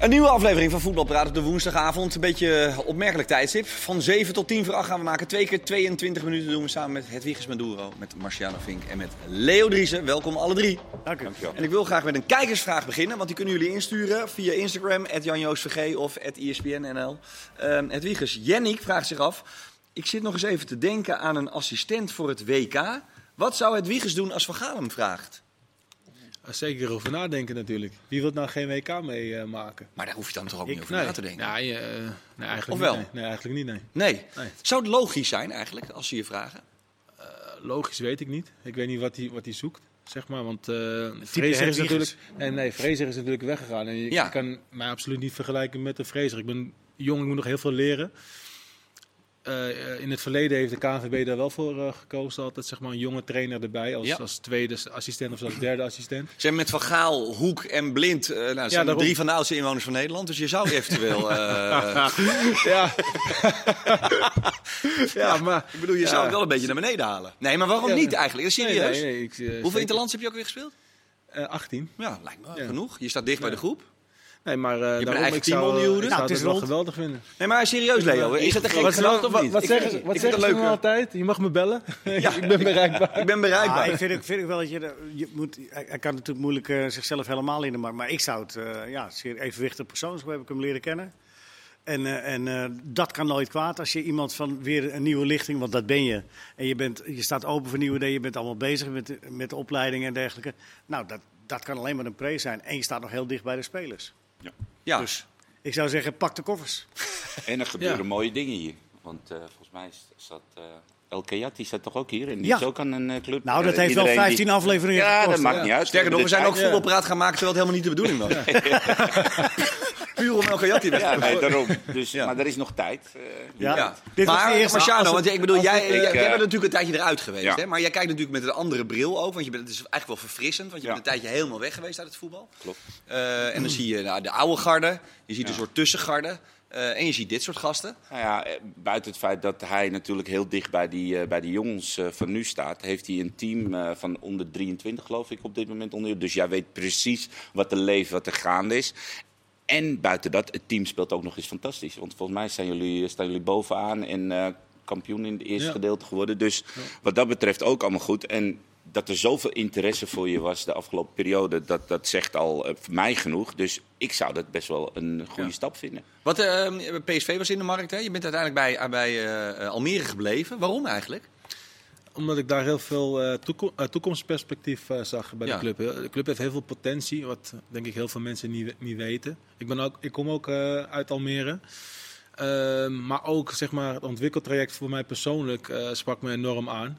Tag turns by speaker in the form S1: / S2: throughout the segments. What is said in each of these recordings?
S1: Een nieuwe aflevering van Voetbalpraat op de woensdagavond. Een beetje eh, opmerkelijk tijdstip. Van 7 tot 10 voor 8 gaan we maken. Twee keer 22 minuten doen we samen met Hedwiges Maduro, met Marciano Vink en met Leo Driessen. Welkom alle drie.
S2: Dank u.
S1: En ik wil graag met een kijkersvraag beginnen, want die kunnen jullie insturen via Instagram, janjoosvg of @E ISPNNL. Ehm Hedwiges, Jennik vraagt zich af, ik zit nog eens even te denken aan een assistent voor het WK. Wat zou Hedwiges doen als Van Gaal hem vraagt?
S3: Ah, Zeker over nadenken natuurlijk. Wie wil nou geen WK meemaken?
S1: Maar daar hoef je dan toch ook niet over
S3: nee.
S1: na te denken?
S3: Nee, eh, nee, eigenlijk
S1: Of wel?
S3: niet. Nee. nee, eigenlijk niet. Nee.
S1: Nee.
S3: Nee.
S1: Zou het logisch zijn eigenlijk, als ze je vragen?
S3: Eh, Logisch weet ik niet. Ik weet niet wat hij wat hij zoekt. Zeg maar, want eh, Fraser
S2: Hedwiges.
S3: is natuurlijk. Nee, nee, Fraser is natuurlijk weggegaan. En je,
S1: Ja.
S3: je kan mij absoluut niet vergelijken met de Fraser. Ik ben jong, ik moet nog heel veel leren. Eh, eh, in het verleden heeft de KNVB daar wel voor eh, gekozen, altijd zeg maar een jonge trainer erbij. Als,
S1: Ja.
S3: als tweede assistent of als derde assistent.
S1: Ze hebben met Van Gaal, Hoek en Blind. eh, nou, dat zijn
S3: daarom.
S1: drie van de oudste inwoners van Nederland. Dus je zou eventueel. eh,
S3: Ja, ja maar.
S1: ik bedoel, je
S3: Ja.
S1: zou het wel een beetje naar beneden halen. Nee, maar waarom
S3: Ja.
S1: niet eigenlijk? Dat is serieus.
S3: Nee, nee, ik, eh,
S1: Hoeveel
S3: zeker-
S1: interlands heb je ook weer gespeeld?
S3: eh, 18.
S1: Ja, lijkt me wel
S3: Ja.
S1: genoeg. Je staat dicht bij de groep.
S3: Nee, maar eh daarom,
S1: eigen
S3: ik
S1: team
S3: zou, eh,
S1: onder je hoede.
S3: Ik
S1: Nou,
S3: zou
S1: het
S3: het
S1: is
S3: wel
S1: rond.
S3: geweldig vinden.
S1: Nee, maar serieus, Leo. Is dat een gek gedacht of niet?
S3: wat
S1: Ik-
S3: zeggen
S1: ik
S3: ze,
S1: vind
S3: wat
S1: het
S3: zeggen
S1: een
S3: ze nou
S1: leuke.
S3: altijd? Je mag me bellen. ik ben bereikbaar.
S1: Ik ben bereikbaar.
S2: Ah, ik vind, ook- vind ik wel dat je, de- je moet, hij, hij kan natuurlijk moeilijk eh, zichzelf helemaal in de markt. Maar ik zou het, eh ja, zeer evenwichtig persoon, zo heb ik hem leren kennen. En, eh, en eh, dat kan nooit kwaad als je iemand van weer een nieuwe lichting, want dat ben je. En je, bent, je staat open voor nieuwe dingen, je bent allemaal bezig met, de- met de opleidingen en dergelijke. Nou, dat, dat kan alleen maar een pre zijn. En je staat nog heel dicht bij de spelers.
S1: Ja.
S2: Dus ik zou zeggen, pak de koffers.
S4: En er gebeuren
S3: Ja.
S4: mooie dingen hier. Want eh, volgens mij is- zat eh El Kayat, die zat toch ook hier? En die
S2: Ja.
S4: is ook aan een eh, club.
S2: Nou, dat
S4: Eh,
S2: heeft wel
S4: iedereen
S2: 15
S4: die-
S2: afleveringen
S4: Ja,
S2: gekost.
S4: dat maakt
S2: hoor.
S4: niet uit.
S1: Sterker nog, we zijn ook
S4: Ja,
S1: voetbalpraat gaan maken terwijl het helemaal niet de bedoeling was. Puur om El Kayati weg te
S4: Ja, nee, daarom. Dus,
S1: Ja.
S4: Maar er is nog tijd. eh.
S2: Ja.
S1: Ja.
S2: Dit was
S1: maar
S2: de eerste.
S1: Marciano,
S2: Als
S1: want
S2: het-
S1: ik bedoel,
S2: als
S1: jij,
S2: het-
S1: jij,
S4: eh,
S1: jij bent natuurlijk een tijdje eruit geweest.
S4: Ja.
S1: Hè? Maar jij kijkt natuurlijk met een andere bril ook. Want je bent, het is eigenlijk wel verfrissend. Want je
S4: Ja.
S1: bent een tijdje helemaal weg geweest uit het voetbal.
S4: Klopt.
S1: Eh, en dan zie je nou, de oude garde. Je ziet een
S4: Ja.
S1: soort tussengarde. eh, en je ziet dit soort gasten.
S4: Nou ja, eh, buiten het feit dat hij natuurlijk heel dicht bij die, eh, bij die jongens eh, van nu staat, heeft hij een team eh, van onder 23, geloof ik, op dit moment onder. Dus jij weet precies wat er leeft, wat er gaande is. En buiten dat, het team speelt ook nog eens fantastisch. Want volgens mij zijn jullie, eh, staan jullie bovenaan en eh, kampioen in het eerste
S3: Ja.
S4: gedeelte geworden. Dus wat dat betreft ook allemaal goed. En dat er zoveel interesse voor je was de afgelopen periode, dat, dat zegt al eh, voor mij genoeg. Dus ik zou dat best wel een goede stap vinden.
S1: Wat eh, PSV was in de markt. Hè? Je bent uiteindelijk bij, bij eh, Almere gebleven. Waarom eigenlijk?
S3: Omdat ik daar heel veel eh, toekom- eh, toekomstperspectief eh, zag bij
S1: Ja.
S3: de club. Eh, De club heeft heel veel potentie, wat denk ik heel veel mensen niet, we- niet weten. Ik, ben ook, ik kom ook eh, uit Almere. Ehm, maar ook zeg maar, het ontwikkeltraject voor mij persoonlijk eh, sprak me enorm aan.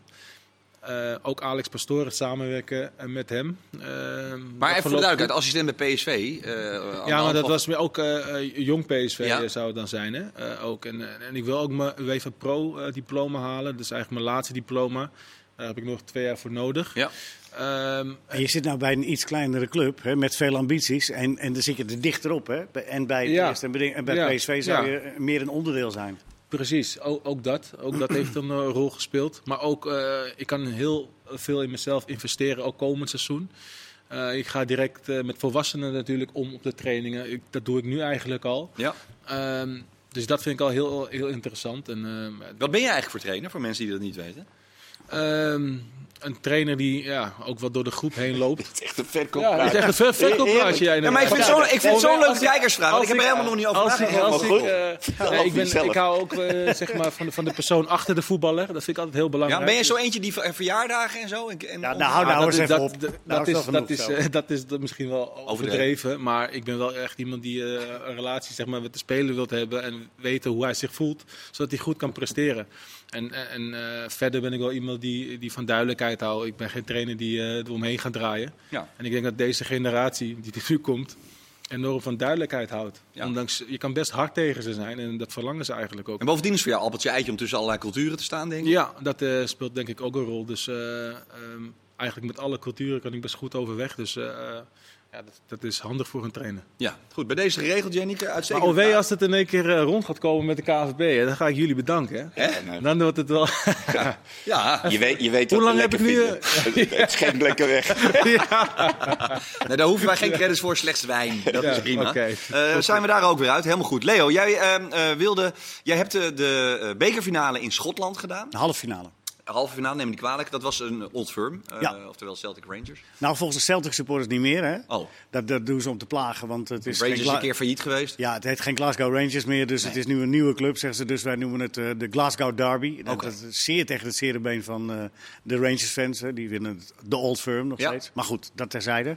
S3: Eh, ook Alex Pastoor, het samenwerken eh, met hem. Ehm, dat
S1: Maar even voor de
S3: verloopt goed.
S1: duidelijkheid, assistent bij PSV. eh,
S3: Ja, maar
S1: anderhalf-
S3: dat was weer ook eh, eh, jong PSV
S1: Ja.
S3: zou het dan zijn. Hè? Eh, ook. En, eh, en ik wil ook mijn UEFA Pro-diploma halen. Dus eigenlijk mijn laatste diploma. Daar heb ik nog twee jaar voor nodig.
S1: Ja.
S3: Ehm,
S2: En je zit nou bij een iets kleinere club hè, met veel ambities. En, en dan zit je er dichter op. Hè? Bij- En bij, het
S3: Ja.
S2: eerste en bij, de- en bij
S3: Ja.
S2: PSV zou
S3: Ja.
S2: je eh, meer een onderdeel zijn.
S3: precies, O- ook dat. Ook dat heeft een eh, rol gespeeld. Maar ook, eh, ik kan heel veel in mezelf investeren, ook komend seizoen. Eh, ik ga direct eh, met volwassenen natuurlijk om op de trainingen. Ik, dat doe ik nu eigenlijk al.
S1: Ja.
S3: Ehm, dus dat vind ik al heel, heel interessant. En, ehm,
S1: Wat ben je eigenlijk voor trainer, voor mensen die dat niet weten?
S3: Ehm, een trainer die ja, ook wat door de groep heen loopt.
S4: Het is echt een verkoop.
S3: Ja, dat is echt een ver- verkooppraatje. jij
S1: Ja, maar ik vind het zo'n- ik vind het zo'n leuke kijkersvraag. want
S3: als
S1: Ik heb er
S3: ik-
S1: helemaal nog niet over
S3: Als ik,
S1: nagedacht.
S3: als ik,
S4: goed.
S3: eh,
S4: Dat
S3: nee,
S4: loopt
S3: ik, ben,
S4: vanzelf.
S3: ik hou ook eh, zeg maar van, de- van de persoon achter de voetballer. Dat vind ik altijd heel belangrijk.
S1: Ja, ben je zo eentje die ver- verjaardagen en zo? En, en
S2: Ja, nou, hou
S3: Oh, Ja,
S2: nou eens
S3: dat is-
S2: even
S3: dat-
S2: op.
S3: dat-
S2: Nou,
S3: Dat
S2: is
S3: is-
S2: wel genoeg
S3: dat is,
S2: zo.
S3: eh, dat is dat misschien wel overdreven. Maar ik ben wel echt iemand die eh, een relatie zeg maar, met de speler wilt hebben. En weten hoe hij zich voelt. Zodat hij goed kan presteren. En, en en, eh, verder ben ik wel iemand die, die van duidelijkheid houdt. Ik ben geen trainer die eh er omheen gaat draaien.
S1: Ja.
S3: En ik denk dat deze generatie die er nu komt. enorm van duidelijkheid houdt.
S1: Ja.
S3: Ondanks, je kan best hard tegen ze zijn. En dat verlangen ze eigenlijk ook.
S1: En bovendien is het voor jou appeltje eitje om tussen allerlei culturen te staan, denk ik.
S3: Ja, dat eh, speelt denk ik ook een rol. Dus eh, ehm, eigenlijk met alle culturen kan ik best goed overweg. Dus eh, eh, Ja, dat, dat is handig voor een trainer.
S1: Ja, goed. Bij deze geregeld, Janneke.
S3: Maar
S1: Uitstekend.
S3: OW, als het in één keer eh, rond gaat komen met de KVB, hè, dan ga ik jullie bedanken. Hè?
S4: Ja, nou,
S3: Dan wordt het wel.
S1: Ja,
S4: Je weet, je weet
S3: Hoe
S4: wat we
S3: lang heb
S4: lekker
S3: ik nu,
S4: vinden. Het schenkt lekker weg.
S1: nee, daar hoeven wij geen credits voor, slechts wijn. Dat is
S3: Ja,
S1: prima.
S3: oké.
S1: Eh, zijn we daar ook weer uit? Helemaal goed. Leo, jij, eh, eh, wilde, jij hebt de, de eh, bekerfinale in Schotland gedaan.
S2: De halve finale.
S1: Halve finale, neem me niet kwalijk. Dat was een old firm, eh,
S2: Ja.
S1: oftewel Celtic Rangers.
S2: Nou, volgens de Celtic supporters niet meer, hè?
S1: Oh,
S2: Dat, dat doen ze om te plagen, want het is
S1: Rangers
S2: geen
S1: is een
S2: Gla-
S1: keer failliet geweest.
S2: Ja, het heet geen Glasgow Rangers meer, dus het is nu een nieuwe club, zeggen ze. Dus wij noemen het eh, de Glasgow Derby. Dat,
S1: Oké.
S2: dat is zeer tegen het zere been van eh, de Rangers-fans. hè. Die winnen het- de Old Firm nog
S1: Ja.
S2: steeds. Maar goed, dat terzijde.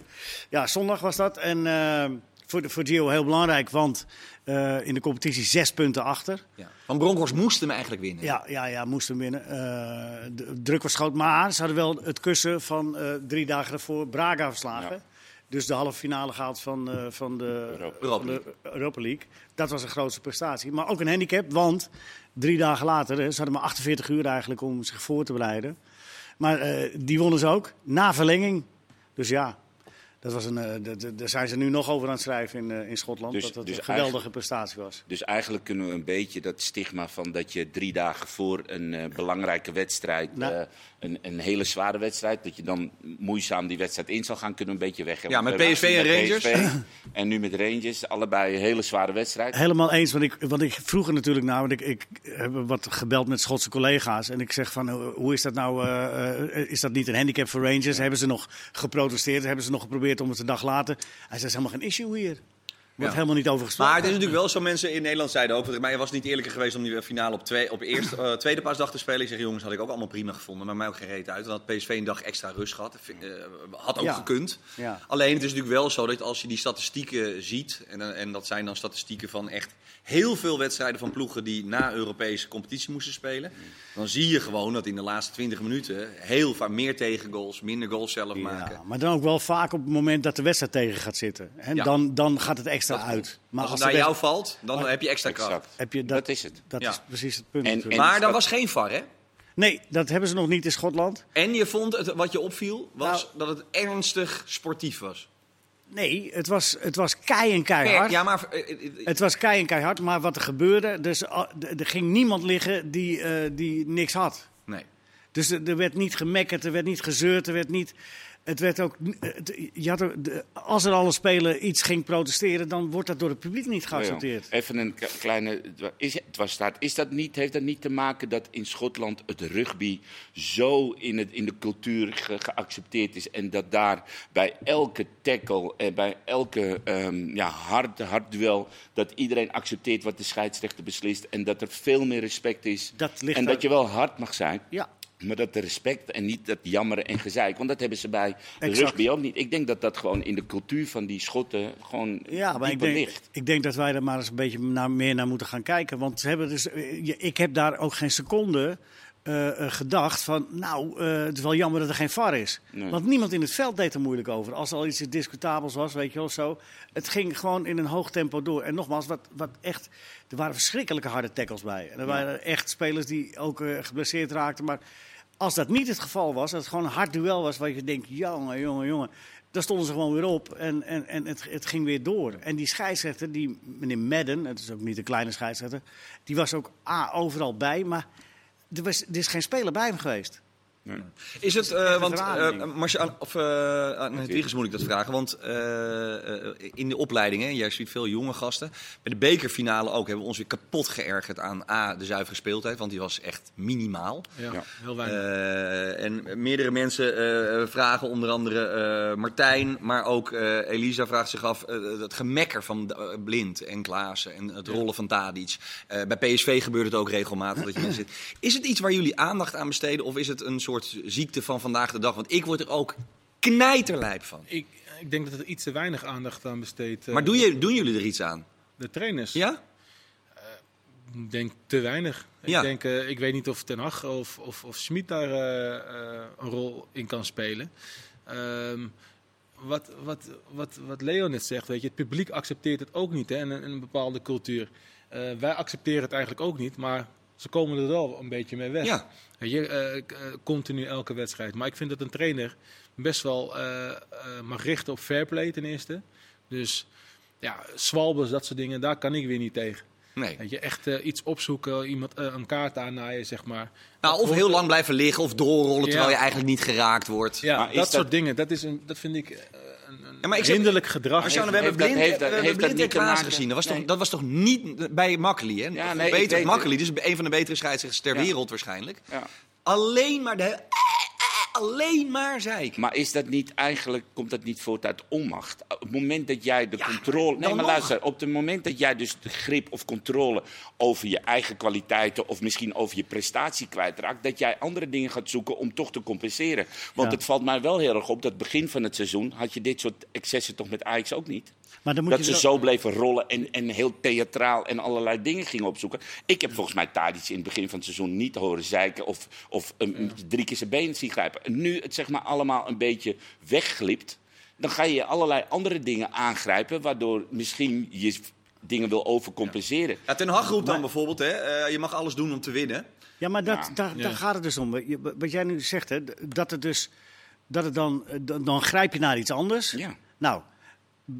S2: Ja, zondag was dat. En eh, voor, de- voor Gio heel belangrijk, want eh, in de competitie zes punten achter.
S1: Ja. Van Bronkhorst moesten hem eigenlijk winnen.
S2: Ja, ja, ja moesten winnen. Eh, de druk was groot, maar ze hadden wel het kussen van eh, drie dagen daarvoor Braga verslagen.
S4: Ja.
S2: Dus de halve finale gehaald van, eh, van de
S1: Europa
S2: van de Europa League. Dat was een grootste prestatie. Maar ook een handicap, want drie dagen later, hè, ze hadden maar 48 uur eigenlijk om zich voor te bereiden. Maar eh, die wonnen ze ook na verlenging. Dus ja, dat was een, eh, d- d- daar zijn ze nu nog over aan het schrijven in, eh, in Schotland.
S4: Dus-
S2: dat dat
S4: dus
S2: een geweldige prestatie was.
S4: Dus eigenlijk kunnen we een beetje dat stigma van dat je drie dagen voor een eh, belangrijke wedstrijd,
S2: Nou.
S4: eh, een, een hele zware wedstrijd, dat je dan moeizaam die wedstrijd in zal gaan, kunnen we een beetje weg.
S1: Ja,
S4: Want
S1: met
S4: we
S1: PSV
S4: hebben
S1: en
S4: gezien met PSV en nu met Rangers, allebei een hele zware wedstrijd.
S2: Helemaal eens, want ik, want ik vroeg er natuurlijk naar, want ik, ik heb wat gebeld met Schotse collega's. En ik zeg van, hoe- hoe is dat nou, eh, eh, is dat niet een handicap voor Rangers? Hebben ze nog geprotesteerd? Hebben ze nog geprobeerd om het een dag later? Hij zei, dat is helemaal geen issue hier. Er wordt
S1: Ja.
S2: helemaal niet over gesproken.
S1: Maar het is natuurlijk wel zo, mensen in Nederland zeiden ook, maar je was niet eerlijker geweest om die finale op, twee, op eerst, eh, tweede paasdag te spelen. Ik zeg, jongens, had ik ook allemaal prima gevonden, maar mij ook geen reet uit. Dan had PSV een dag extra rust gehad, Vind- eh, had ook
S2: Ja.
S1: gekund.
S2: Ja.
S1: Alleen het is natuurlijk wel zo dat als je die statistieken ziet, en, dan- en dat zijn dan statistieken van echt heel veel wedstrijden van ploegen die na Europese competitie moesten spelen, dan zie je gewoon dat in de laatste 20 minuten heel vaak meer tegengoals, minder goals zelf maken.
S2: Ja, maar dan ook wel vaak op het moment dat de wedstrijd tegen gaat zitten. Hè?
S1: Ja.
S2: Dan, dan gaat het extra
S1: Dat
S2: uit.
S1: klopt.
S2: Maar
S1: als het
S2: de
S1: naar jou
S2: wedstrijd-
S1: valt, dan heb je extra kracht.
S4: Exact.
S2: heb je
S4: Dat,
S2: dat,
S4: is het.
S2: Dat
S1: Ja.
S2: is precies het punt
S4: En-
S2: natuurlijk.
S4: en-
S1: Maar daar was geen VAR, hè?
S2: Nee, dat hebben ze nog niet in Schotland.
S1: En je vond het, wat je opviel, was
S2: Nou.
S1: dat het ernstig sportief was.
S2: Nee, het was, het was kei en keihard.
S1: Ja, maar eh, eh, eh,
S2: Het was kei en keihard, maar wat er gebeurde, dus, ah, d- er ging niemand liggen die, eh, die niks had.
S1: nee.
S2: Dus er er werd niet gemekkerd, er werd niet gezeurd, er werd niet... Het werd ook, n- eh, het- je had er- de- als er al een speler iets ging protesteren, dan wordt dat door het publiek niet geaccepteerd.
S4: Nou Ja, Even een k- kleine is, dwarsstaat. Is dat niet, heeft dat niet te maken dat in Schotland het rugby zo in, het, in de cultuur ge- geaccepteerd is? En dat daar bij elke tackle en bij elke ehm, ja, hard, hard duel... dat iedereen accepteert wat de scheidsrechter beslist. En dat er veel meer respect is.
S2: Dat ligt
S4: en dat
S2: aan-
S4: je wel hard mag zijn.
S2: Ja,
S4: Maar dat de respect en niet dat jammeren en gezeik. Want dat hebben ze bij
S2: Exact.
S4: rugby ook niet. Ik denk dat dat gewoon in de cultuur van die schotten gewoon
S2: ja maar ik
S4: dieper
S2: denk,
S4: ligt.
S2: ik denk dat wij er maar eens een beetje naar, meer naar moeten gaan kijken. Want ze hebben dus, eh, je- ik heb daar ook geen seconde eh, eh, gedacht van, nou, eh, het is wel jammer dat er geen VAR is.
S4: Nee.
S2: Want niemand in het veld deed er moeilijk over. Als er al iets discutabels was, weet je wel, zo. Het ging gewoon in een hoog tempo door. En nogmaals, wat, wat echt, er waren verschrikkelijke harde tackles bij. En er waren echt spelers die ook eh, geblesseerd raakten. Maar als dat niet het geval was, dat het gewoon een hard duel was... waar je denkt, jongen, jongen, jongen... Dan stonden ze gewoon weer op en, en, en het, het ging weer door. En die scheidsrechter, die meneer Madden, het is ook niet een kleine scheidsrechter... die was ook A, overal bij, maar er, was, er is geen speler bij hem geweest.
S1: Is het, eh,
S2: een
S1: want
S2: raar
S1: eh
S2: ding.
S1: Marcia- of eh, aan Hedwiges moet ik dat vragen, want eh, eh, in de opleidingen, jij ziet veel jonge gasten, bij de bekerfinale ook, hebben we ons weer kapot geërgerd aan A, de zuivere speeltijd, want die was echt minimaal.
S3: Ja,
S4: Ja.
S3: heel weinig.
S1: Eh, en meerdere mensen eh, vragen, onder andere eh, Martijn, maar ook eh, Elisa vraagt zich af: eh, het gemekker van eh, Blind en Klaassen en het rollen van Tadic. Eh, bij PSV gebeurt het ook regelmatig dat je mensen zit. Is het iets waar jullie aandacht aan besteden of is het een soort ziekte van vandaag de dag? Want ik word er ook knijterlijp van.
S3: ik, ik denk dat er iets te weinig aandacht aan besteedt. eh,
S1: Maar doen, je, doen jullie er iets aan?
S3: De trainers.
S1: Ja?
S3: Ik denk te weinig.
S1: Ja.
S3: Ik, denk, eh, ik weet niet of Ten Hag of, of, of Schmid daar eh, eh, een rol in kan spelen. Ehm, wat, wat, wat, wat Leo net zegt, weet je, het publiek accepteert het ook niet hè, in, een- in een bepaalde cultuur. Eh, wij accepteren het eigenlijk ook niet, maar Ze komen er wel een beetje mee weg.
S1: Ja.
S3: Weet je, eh, k- eh, continu elke wedstrijd. Maar ik vind dat een trainer best wel eh, eh, mag richten op fair play ten eerste. Dus ja, zwalbers, dat soort dingen, daar kan ik weer niet tegen.
S1: Nee.
S3: Weet je, echt eh, iets opzoeken, iemand eh, een kaart aannaaien, zeg maar.
S1: Nou, of heel lang blijven liggen of doorrollen terwijl
S3: Ja.
S1: je eigenlijk niet geraakt wordt.
S3: Ja,
S4: Maar is
S3: dat,
S4: dat-
S3: soort dingen, dat, is een, dat vind ik eh, een, een
S1: Ja, maar ik zeg-
S3: hinderlijk gedrag.
S1: Arjan, we
S4: Heeft-
S1: hebben
S4: dat-
S1: blind,
S4: heeft dat-
S1: we hebben
S4: heeft dat
S1: blind
S4: niet
S1: en
S4: te
S1: Klaas
S4: maken?
S1: gezien. Dat was,
S4: Nee.
S1: toch, dat was toch niet bij Makkeli, hè?
S4: Ja, nee, ik
S1: beter
S4: weet-
S1: Makkeli, dus een van de betere scheidsrechters ter
S4: Ja.
S1: wereld waarschijnlijk.
S4: Ja.
S1: Alleen maar de... eh, eh, Alleen maar zeiken.
S4: Maar is dat niet eigenlijk, komt dat niet voort uit onmacht? Op het moment dat jij de controle. Nee,
S1: dan
S4: maar
S1: nog.
S4: luister, op het moment dat jij dus de grip of controle over je eigen kwaliteiten of misschien over je prestatie kwijtraakt, dat jij andere dingen gaat zoeken om toch te compenseren. Want
S2: Ja.
S4: het valt mij wel heel erg op dat begin van het seizoen had je dit soort excessen toch met Ajax ook niet?
S2: Maar dan moet
S4: dat
S2: je wel-
S4: ze zo bleven rollen en, en heel theatraal en allerlei dingen gingen opzoeken. Ik heb volgens mij Tadic in het begin van het seizoen niet horen zeiken of, of een- drie keer zijn been zien grijpen. En nu het zeg maar allemaal een beetje wegglipt, dan ga je allerlei andere dingen aangrijpen, waardoor misschien je v- dingen wil overcompenseren.
S1: Ja, ten Hag roept dan bijvoorbeeld, hè, eh, je mag alles doen om te winnen.
S2: Ja, maar dat,
S4: Ja.
S2: daar,
S3: Ja.
S2: daar gaat het dus om. Je- Wat jij nu zegt, hè, d- dat het dus. Dat het dan, dan, dan grijp je naar iets anders.
S4: Ja.
S2: Nou,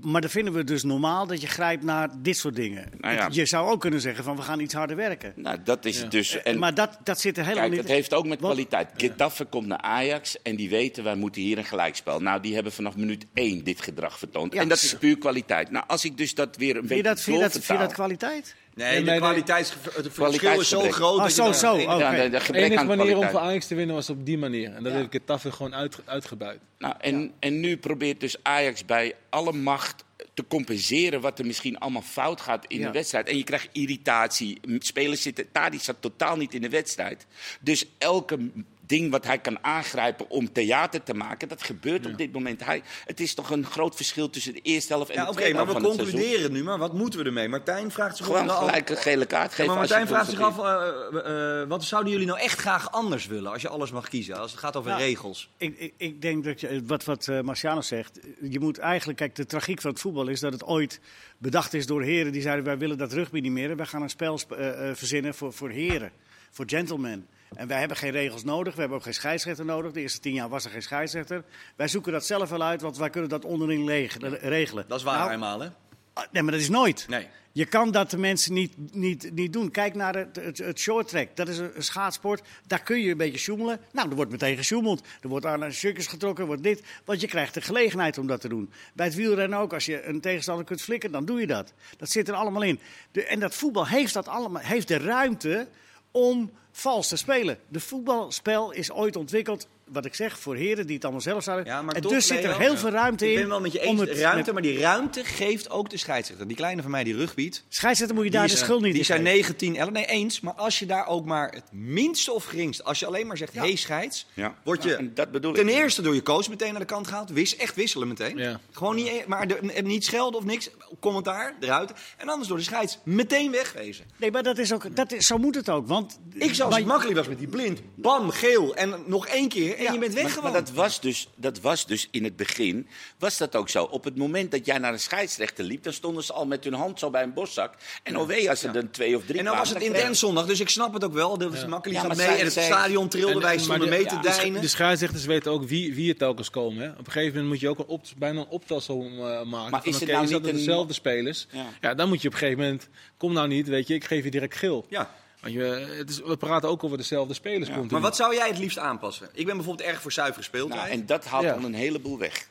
S2: maar dan vinden we het dus normaal dat je grijpt naar dit soort dingen.
S4: Nou ja.
S2: Je zou ook kunnen zeggen van we gaan iets harder werken.
S4: Nou, dat is het dus. En
S2: Eh, maar dat, dat zit er helemaal
S4: Kijk,
S2: niet
S4: dat heeft ook met
S2: Want-
S4: kwaliteit. Getafe komt naar Ajax en die weten wij moeten hier een gelijkspel. Nou, die hebben vanaf minuut 1 dit gedrag vertoond.
S2: Ja.
S4: En dat is puur kwaliteit. Nou, als ik dus dat weer een
S2: Vind je
S4: beetje
S2: dat, vind je dat, vind je
S4: doorvertaal-
S2: dat kwaliteit?
S1: Nee,
S3: nee,
S1: de
S3: nee.
S1: kwaliteits, het verschil is zo
S4: Kwaliteitsgebrek.
S1: groot.
S2: Ah,
S1: dat je
S2: zo,
S1: daar-
S2: zo.
S1: Nee,
S2: Oh.
S4: Ja,
S2: Oké.
S4: de, de
S3: De
S4: gebrek
S3: enige
S4: aan
S3: manier om
S4: kwaliteit.
S3: voor Ajax te winnen was op die manier. En dat
S2: Ja.
S3: heeft Getafe gewoon uit, uitgebuit.
S4: Nou, en, en nu probeert dus Ajax bij alle macht te compenseren wat er misschien allemaal fout gaat in
S2: Ja.
S4: de wedstrijd. En je krijgt irritatie. M- Spelers zitten... Tadic zat totaal niet in de wedstrijd. Dus elke m- ding wat hij kan aangrijpen om theater te maken... dat gebeurt op dit moment. Hij, het is toch een groot verschil tussen de eerste helft en
S1: Ja,
S4: de
S1: oké,
S4: tweede
S1: maar
S4: helft
S1: we
S4: van het seizoen.
S1: concluderen nu, maar wat moeten we ermee? Martijn vraagt zich
S4: Gewoon
S1: af-
S4: gelijk een gele kaart
S1: Ja,
S4: geven.
S1: maar
S4: als je
S1: Martijn vraagt zich af,
S4: constateert.
S1: eh, eh, wat zouden jullie nou echt graag anders willen als je alles mag kiezen? Als het gaat over
S2: Nou,
S1: regels.
S2: Ik, ik, ik denk dat je, wat, wat eh, Marciano zegt, je moet eigenlijk, kijk, de tragiek van het voetbal is dat het ooit bedacht is door heren die zeiden wij willen dat rugby niet meer en wij gaan een spel sp- eh, eh, verzinnen voor, voor heren, voor gentlemen. En wij hebben geen regels nodig, we hebben ook geen scheidsrechter nodig. De eerste tien jaar was er geen scheidsrechter. Wij zoeken dat zelf wel uit, want wij kunnen dat onderling leg- regelen.
S1: Dat is waar
S2: Nou,
S1: eenmaal, hè?
S2: ah, nee, maar dat is nooit.
S1: Nee.
S2: Je kan dat de mensen niet, niet, niet doen. Kijk naar het, het, het short track. Dat is een, een schaatsport. Daar kun je een beetje sjoemelen. Nou, er wordt meteen gesjoemeld. Er wordt aan de stukjes getrokken, wordt dit. Want je krijgt de gelegenheid om dat te doen. Bij het wielrennen ook. Als je een tegenstander kunt flikken, dan doe je dat. Dat zit er allemaal in. De, en dat voetbal heeft, dat allemaal, heeft de ruimte om vals te spelen. De voetbalspel is ooit ontwikkeld, wat ik zeg, voor heren die het allemaal zelf zouden.
S1: Ja, maar
S2: en
S1: toch,
S2: dus zit er
S1: Leo,
S2: heel veel ruimte in.
S1: Ik ben wel met je
S2: om
S1: eens,
S2: het
S1: ruimte,
S2: met-
S1: maar die ruimte geeft ook de scheidsrechter. Die kleine van mij die rugbiedt.
S2: Scheidsrechter moet je daar de schuld niet
S1: Die
S2: in
S1: zijn
S2: geven.
S1: 19, 11, nee eens. Maar als je daar ook maar het minste of geringste, als je alleen maar zegt, hey scheids,
S4: Ja.
S1: word je
S4: Ja, en dat bedoel
S1: ten
S4: ik.
S1: eerste door je coach meteen naar de kant gehaald. Wis, echt wisselen meteen.
S3: Ja.
S1: Gewoon niet, e-, maar de- niet schelden of niks, commentaar eruit. En anders door de scheids meteen wegwezen.
S2: Nee, maar dat is ook, dat is, zo moet het ook. Want
S1: Ik zou als
S2: maar-
S1: het makkelijk was met die blind, bam, geel en nog één keer en
S2: Ja,
S1: je bent weg
S4: Maar
S1: gewoon.
S4: dat was, dus, dat was dus in het begin, was dat ook zo. Op het moment dat jij naar een scheidsrechter liep, dan stonden ze al met hun hand zo bij een borstzak. En alweer als er dan twee of drie
S1: En dan was het
S4: kwamen,
S1: intens zondag, dus ik snap het ook wel. Dat was makkelijk
S4: Ja,
S1: gaat
S4: maar
S1: mee
S4: zij-
S1: en het
S4: zij-
S1: stadion trilde,
S3: En-
S1: wij
S3: en-
S1: stonden
S3: maar
S1: mee
S3: de-
S1: te
S3: ja, de
S4: dus-
S3: sch-
S1: deinen.
S3: De scheidsrechters weten ook wie, wie er telkens komen. Hè. Op een gegeven moment moet je ook een op, bijna een optelsom eh, maken.
S4: Maar is
S3: van,
S4: het
S3: oké,
S4: nou
S3: is dat
S4: niet een-
S3: dezelfde spelers?
S4: Ja.
S3: Ja. dan moet je op een gegeven moment... Kom nou niet, weet je, ik geef je direct geel.
S1: Ja.
S3: Want je, het is, we praten ook over dezelfde spelers. continu.
S1: Maar wat zou jij het liefst aanpassen? Ik ben bijvoorbeeld erg voor zuiver
S4: Nou,
S1: speeltijd.
S4: en dat haalt
S3: Ja.
S4: dan een heleboel weg.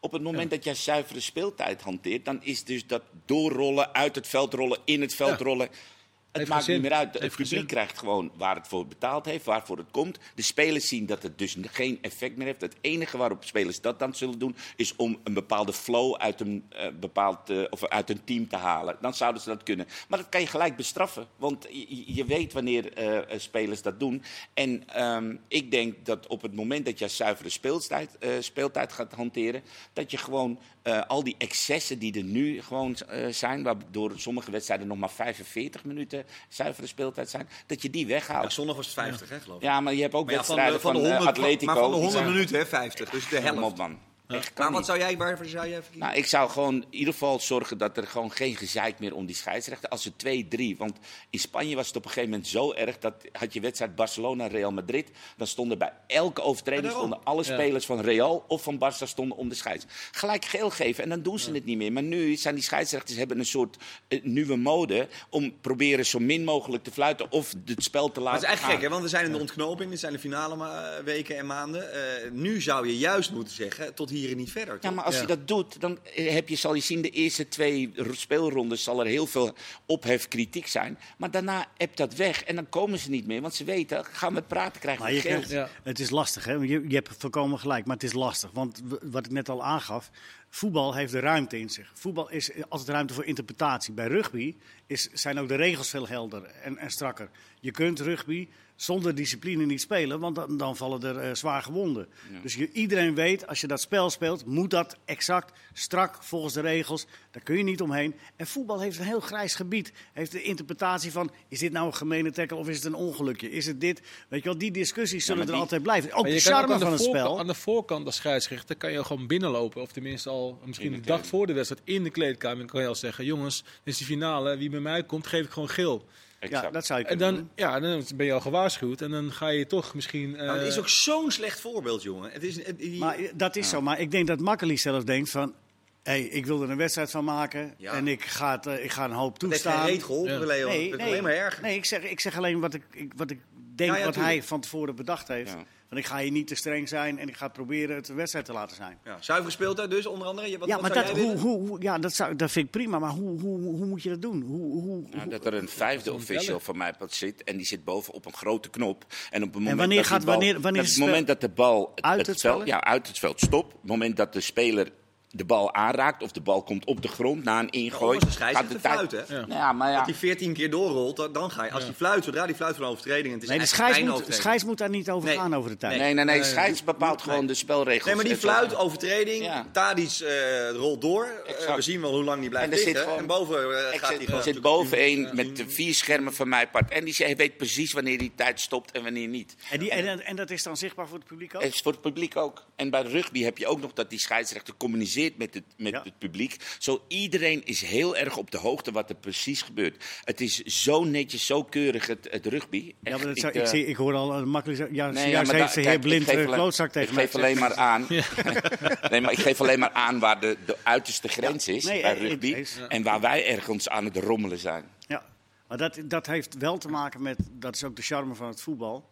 S4: Op het moment dat jij zuivere speeltijd hanteert, dan is dus dat doorrollen, uit het veld rollen, in het veld
S3: Ja.
S4: rollen. Het
S3: Heeft
S4: maakt
S3: geen
S4: niet
S3: zin.
S4: meer uit. het
S3: Heeft geen
S4: publiek
S3: zin.
S4: krijgt gewoon waar het voor betaald heeft, waarvoor het komt. De spelers zien dat het dus geen effect meer heeft. Het enige waarop spelers dat dan zullen doen, is om een bepaalde flow uit een, eh, bepaald, eh, of uit een team te halen. Dan zouden ze dat kunnen. Maar dat kan je gelijk bestraffen, want je, je- je weet wanneer eh, eh, spelers dat doen. En ehm, ik denk dat op het moment dat jij zuivere speeltijd, eh, speeltijd gaat hanteren, dat je gewoon eh, al die excessen die er nu gewoon eh, zijn, waardoor sommige wedstrijden nog maar 45 minuten zuivere speeltijd zijn, dat je die
S1: Ja,
S4: weghaalt.
S1: zondag was het 50, hè, geloof ik.
S4: Ja, maar je hebt ook
S1: Maar ja,
S4: wedstrijden van, eh,
S1: honderd-
S4: Atletico.
S1: maar van de
S4: die
S1: 100
S4: zijn-
S1: minuten, hè, 50. Dus de
S4: Kom
S1: helft.
S4: op, man. Echt kan
S1: Maar wat
S4: niet.
S1: zou jij, waarvoor zou jij verkiezen?
S4: Nou, ik zou gewoon in ieder geval zorgen dat er gewoon geen gezeik meer om die scheidsrechter. Als er twee, drie. Want in Spanje was het op een gegeven moment zo erg. Dat had je wedstrijd Barcelona-Real Madrid. Dan stonden bij elke overtreding
S1: Maar daarom.
S4: stonden alle
S3: Ja.
S4: spelers van Real of van Barça stonden om de scheids. Gelijk geel geven en dan doen ze het niet meer. Maar nu zijn die scheidsrechters hebben een soort eh, nieuwe mode. Om proberen zo min mogelijk te fluiten of het spel te
S1: Maar
S4: laten
S1: het is echt gek,
S4: gaan.
S1: hè? want we zijn in de ontknoping, dit zijn de finale ma- weken en maanden. Eh, nu zou je juist moeten zeggen, tot hier en niet verder.
S4: Ja,
S1: toch?
S4: maar als
S3: Ja.
S4: je dat doet, dan eh, heb je, zal je zien, de eerste twee r- speelrondes zal er heel veel ophef kritiek zijn. Maar daarna ebt dat weg en dan komen ze niet meer. Want ze weten, gaan we praten, krijgen
S2: Maar
S4: we
S2: je
S4: geld.
S2: krijgt,
S3: Ja.
S2: Het is lastig, hè? want Je, je hebt volkomen gelijk, maar het is lastig. Want w- wat ik net al aangaf, voetbal heeft de ruimte in zich. Voetbal is altijd ruimte voor interpretatie. Bij rugby is, zijn ook de regels veel helder en, en strakker. Je kunt rugby zonder discipline niet spelen, want dan, dan vallen er eh, zwaar gewonden. Dus je, iedereen weet, als je dat spel speelt, moet dat exact, strak, volgens de regels. Daar kun je niet omheen. En voetbal heeft een heel grijs gebied. Heeft de interpretatie van, is dit nou een gemene tackle of is het een ongelukje? Is het dit? Weet je wel, die discussies zullen
S4: maar
S2: er
S4: die-
S2: altijd blijven. Ook
S3: Maar
S2: de
S3: je kan ook
S2: charme
S3: aan,
S2: van
S3: de
S2: het
S3: voorkant-
S1: Ah,
S2: spel.
S3: aan de voorkant als scheidsrechter kan je gewoon binnenlopen. Of tenminste al misschien
S4: de
S3: de, dag
S4: kleed-
S3: voor de wedstrijd in de kleedkamer kan je al zeggen... jongens, dit is de finale, wie bij mij komt geef ik gewoon geel.
S2: Ja, dat zou je
S3: En
S2: kunnen
S3: dan,
S2: doen.
S3: ja, dan ben je al gewaarschuwd en dan ga je toch misschien... eh,
S1: Nou, het is ook zo'n slecht voorbeeld, jongen. Het is, het- die-
S2: Maar eh, dat is zo. Maar ik denk dat Makkeli zelf denkt van... Hey, ik wil er een wedstrijd van maken
S1: Ja.
S2: en ik ga, het, eh, ik ga een hoop
S1: het heeft geen
S2: toestaan.
S1: reet geholpen,
S3: Ja.
S1: Leo. het is alleen maar erg.
S2: nee ik, zeg, ik zeg alleen wat ik, ik- wat ik denk
S1: Ja, ja,
S2: wat
S1: tuurlijk.
S2: hij van tevoren bedacht heeft.
S4: Ja.
S2: Want ik ga hier niet te streng zijn en ik ga proberen het een wedstrijd te laten zijn.
S1: Ja, zuiver gespeeldheid dus, onder andere. Je- Wat,
S2: ja,
S1: wat
S2: maar
S1: zou
S2: dat,
S1: jij
S2: hoe,
S1: willen?
S2: hoe, hoe- ja, dat, zou, dat vind ik prima, maar hoe, hoe, hoe moet je dat doen? Hoe, hoe,
S4: Nou,
S2: hoe-
S4: dat er een vijfde
S3: Dat is
S4: official
S3: ontbellen.
S4: van mij pad zit en die zit boven op een grote knop. En op het
S2: wanneer
S4: moment, dat, die
S2: gaat-
S4: bal-
S2: wanneer- wanneer
S4: dat
S2: is
S4: het
S2: het
S4: moment dat de bal
S2: Uit het
S4: het veld,
S2: veld?
S4: ja, uit het veld stopt, het moment dat de speler de bal aanraakt of de bal komt op de grond na een ingooi,
S1: als de scheidsrechter fluit, hè?
S4: Ja. maar ja.
S1: Als die 14 keer doorrolt, dan- dan ga je. Als die fluit, zodra die fluit van een overtreding. en Het is
S2: nee, de
S1: eigenlijk
S2: scheids
S1: geen
S2: moet,
S1: overtreding.
S2: scheids moet daar niet over
S1: Nee.
S2: gaan over de tijd.
S4: Nee, nee, nee, scheids bepaalt gewoon de spelregels.
S1: Nee, maar die
S4: En zo-
S1: fluit, overtreding.
S4: Ja.
S1: Tadic eh, rolt door. Eh,
S4: Exact.
S1: we zien wel hoe lang die blijft
S4: En er zit
S1: liggen.
S4: gewoon-
S1: en boven eh,
S4: Ik
S1: gaat hij
S4: zit,
S1: gewoon.
S4: zit boven een met de vier schermen van mijn part. En die zegt, weet precies wanneer die tijd stopt en wanneer niet.
S2: En, die, en, en dat is dan zichtbaar voor het publiek ook?
S4: Het is voor het publiek ook. En bij rugby heb je ook nog dat die scheidsrechter communiceert met het, met
S2: Ja.
S4: het publiek. Zo iedereen is heel erg op de hoogte wat er precies gebeurt. Het is zo netjes, zo keurig het, het rugby.
S2: Ja, maar dat
S4: Echt,
S2: zou,
S4: ik,
S2: ik,
S4: eh,
S2: zie, ik hoor al een makkelijk. zeggen, Ja,
S4: Nee, ja,
S2: juist
S4: maar
S2: heeft
S4: da-
S2: de heer
S4: kijk,
S2: Blind
S4: ik geef
S2: eh,
S4: alleen-
S2: klootzak tegen
S4: Ik
S2: mij.
S4: geef alleen maar aan. nee, maar ik geef alleen maar aan waar de, de uiterste grens is
S2: nee,
S4: bij
S2: eh,
S4: rugby.
S2: het is-
S4: En waar wij ergens aan het rommelen zijn.
S2: Ja, maar dat, dat heeft wel te maken met. Dat is ook de charme van het voetbal.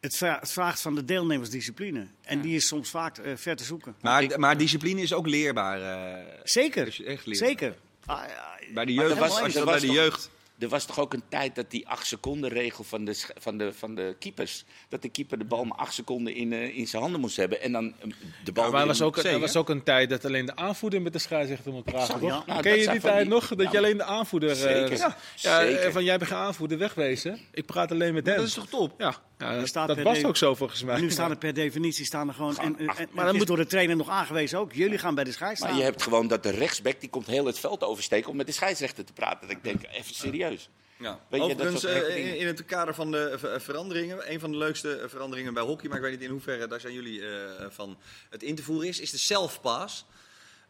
S2: Het, vra- het vraagt van de deelnemers discipline. En die is soms vaak eh, ver te zoeken.
S1: Maar, maar discipline is ook leerbaar. eh,
S2: Zeker.
S1: is echt leerbaar.
S2: Zeker. Ah, ja,
S1: Bij de
S4: Maar
S1: jeugd,
S4: er
S1: als
S4: was-
S1: je
S4: er
S1: dat bij
S4: was
S1: de
S4: toch-
S1: jeugd.
S4: Er was toch ook een tijd dat die 8 seconden regel van de, sch- van de, van de keepers. Dat de keeper de bal maar 8 seconden in, eh, in zijn handen moest hebben. En dan eh, de bal.
S3: Ja, maar er
S4: weer
S3: was,
S4: in-
S3: ook, er
S1: Zeker.
S3: was ook een tijd dat alleen de aanvoerder met de scheidsrechter moet praten.
S2: ja.
S3: toch?
S4: Nou, dat
S3: Ken je
S4: zijn
S3: die
S4: van
S3: tijd
S4: die-
S3: nog? Dat
S4: Ja.
S1: Nou.
S3: je alleen de aanvoerder... eh,
S4: Zeker.
S3: ja,
S4: Zeker.
S3: eh, van jij bent geen aanvoerder, wegwezen. Ik praat alleen met hem.
S1: Dat is toch top?
S3: Ja, ja,
S2: Er staat
S3: dat
S2: per
S3: was
S2: de-
S3: ook zo volgens mij.
S2: Nu staan er per definitie staan er gewoon. En, en,
S3: maar
S2: en
S4: ach,
S2: het
S3: dan
S2: is
S3: moet-
S2: door de trainer nog aangewezen ook. Jullie gaan bij de scheids
S4: Maar
S2: staan.
S4: je hebt gewoon dat de rechtsback die komt heel het veld oversteken om met de scheidsrechter te praten. Dat ik denk, even serieus.
S1: Ja.
S4: Weet je, dat
S1: Overigens,
S4: soort gekke
S1: eh, in,
S4: dingen.
S1: in het kader van de ver- veranderingen, een van de leukste eh, veranderingen bij hockey, maar ik weet niet in hoeverre daar zijn jullie eh, van het in te voeren is, is de self-pass.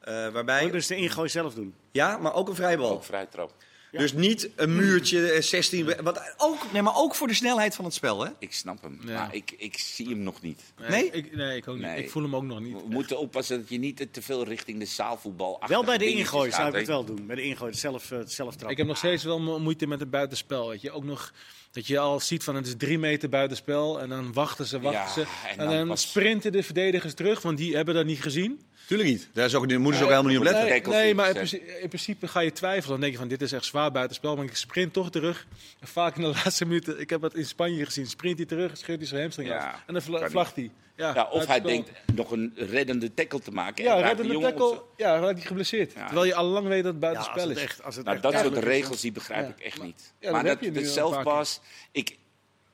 S1: Eh, waarbij,
S2: Oh, dus de ingooi zelf doen.
S1: Ja, maar ook een vrijbal.
S4: Ook vrij trap.
S1: Dus niet een muurtje, eh, 16. we- Wat, ook, nee, maar ook voor de snelheid van het spel, hè?
S4: Ik snap hem.
S3: Ja.
S4: Maar ik, ik zie hem nog niet.
S1: Nee?
S3: Ik, nee, ik ook niet.
S4: Nee.
S3: Ik voel hem ook nog niet.
S4: We moeten oppassen dat je niet te veel richting de zaalvoetbal
S2: Wel bij de ingooi zou ik het wel doen. Bij de ingooi zelf, eh, zelf trappen.
S3: Ik heb nog steeds wel mo- moeite met het buitenspel. Weet je. Ook nog dat je al ziet van het is drie meter buitenspel. En dan wachten ze, wachten
S4: Ja,
S3: ze.
S4: en
S3: En
S4: dan
S3: dan,
S4: pas-
S3: sprinten de verdedigers terug, want die hebben dat niet gezien.
S1: Tuurlijk niet. Daar is ook, daar moeten ze ook
S4: Nee,
S1: helemaal niet op letten.
S3: Nee,
S4: Tackles
S3: nee
S4: die
S3: maar in,
S4: gezet.
S3: principe- in principe ga je twijfelen. Dan denk je van dit is echt zwaar buitenspel. Maar ik sprint toch terug. En vaak in de laatste minuten, ik heb dat in Spanje gezien. Sprint hij terug, scheurt hij zijn hamstring
S4: Ja,
S3: af. En dan
S4: kan
S3: vla-
S4: niet.
S3: vlagt hij. Ja,
S4: Ja, of hij
S3: buitenspel.
S4: denkt nog een reddende tackle te maken. en
S3: Ja,
S4: raakt de
S3: reddende
S4: jongen op
S3: tackle.
S4: zijn-
S3: Ja, raakt hij geblesseerd.
S4: Ja.
S3: Terwijl je al lang weet dat het
S2: Ja, als
S3: buitenspel
S2: het
S3: is.
S2: echt- als het
S4: Nou,
S2: echt
S4: dat soort
S2: duidelijk is,
S4: regels die begrijp
S3: Ja.
S4: ik echt niet.
S3: ja, dat
S4: maar
S3: heb
S4: dat,
S3: je nu
S4: dat
S3: al
S4: zelfpas, ik,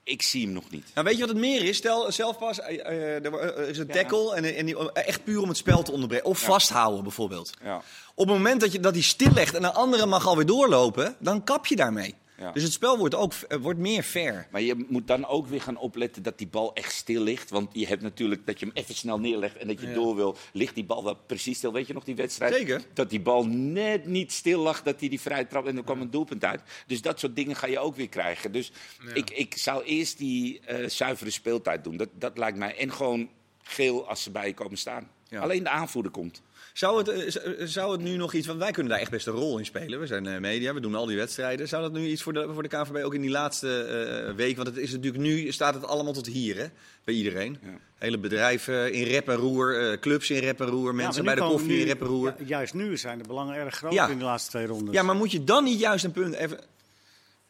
S4: ik zie hem nog niet.
S1: Nou, weet je wat het meer is? Stel, zelfpas, eh, eh, er wa- er is een tackle en, eh, en die, echt puur om het spel te onderbreken. Of vasthouden bijvoorbeeld.
S4: Ja.
S1: Op het moment dat, je, dat die stillegt en een andere mag alweer doorlopen, dan kap je daarmee.
S4: Ja.
S1: Dus het spel wordt ook eh, wordt meer fair.
S4: Maar je moet dan ook weer gaan opletten dat die bal echt stil ligt. Want je hebt natuurlijk dat je hem even snel neerlegt en dat je door wil. Ligt die bal wel precies stil? Weet je nog die wedstrijd?
S1: Zeker.
S4: Dat die bal net niet stil lag, dat hij die vrij trap en dan kwam een doelpunt uit. Dus dat soort dingen ga je ook weer krijgen. Dus ik, ik zou eerst die eh, zuivere speeltijd doen. Dat, dat lijkt mij. En gewoon geel als ze bij je komen staan.
S1: Ja.
S4: Alleen de aanvoerder komt.
S1: Zou het, eh, z- eh, zou het nu nog iets, want wij kunnen daar echt best een rol in spelen. We zijn eh, media, we doen al die wedstrijden. Zou dat nu iets voor de, voor de KNVB ook in die laatste eh, week? Want het is natuurlijk nu, staat het allemaal tot hier hè, bij iedereen. Hele bedrijven in rep en roer, eh, clubs in rep en roer, mensen bij
S2: maar
S1: de
S2: nu komen
S1: koffie
S2: nu-
S1: in rep en roer.
S2: ja, juist nu zijn de belangen erg groot
S1: Ja.
S2: in de laatste twee rondes.
S1: Ja, maar moet je dan niet juist een punt even...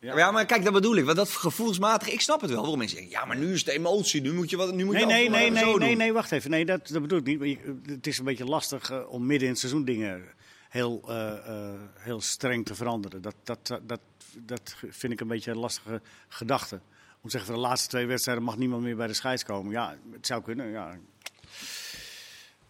S1: Ja.
S2: Ja.
S1: maar kijk, dat bedoel ik. Want dat gevoelsmatig, ik snap het wel. Waarom mensen zeggen, ja, maar nu is het emotie. Nu moet je wat, nu moet
S2: Nee,
S1: je
S2: nee,
S1: af-
S2: nee,
S1: zo
S2: nee,
S1: doen.
S2: nee, nee, wacht even. Nee, dat, dat bedoel ik niet. Maar je- Het is een beetje lastig eh, om midden in het seizoen dingen heel, eh, eh, heel streng te veranderen. Dat, dat, dat, dat vind ik een beetje een lastige gedachte. Om te zeggen, voor de laatste twee wedstrijden mag niemand meer bij de scheids komen. Ja, het zou kunnen, ja.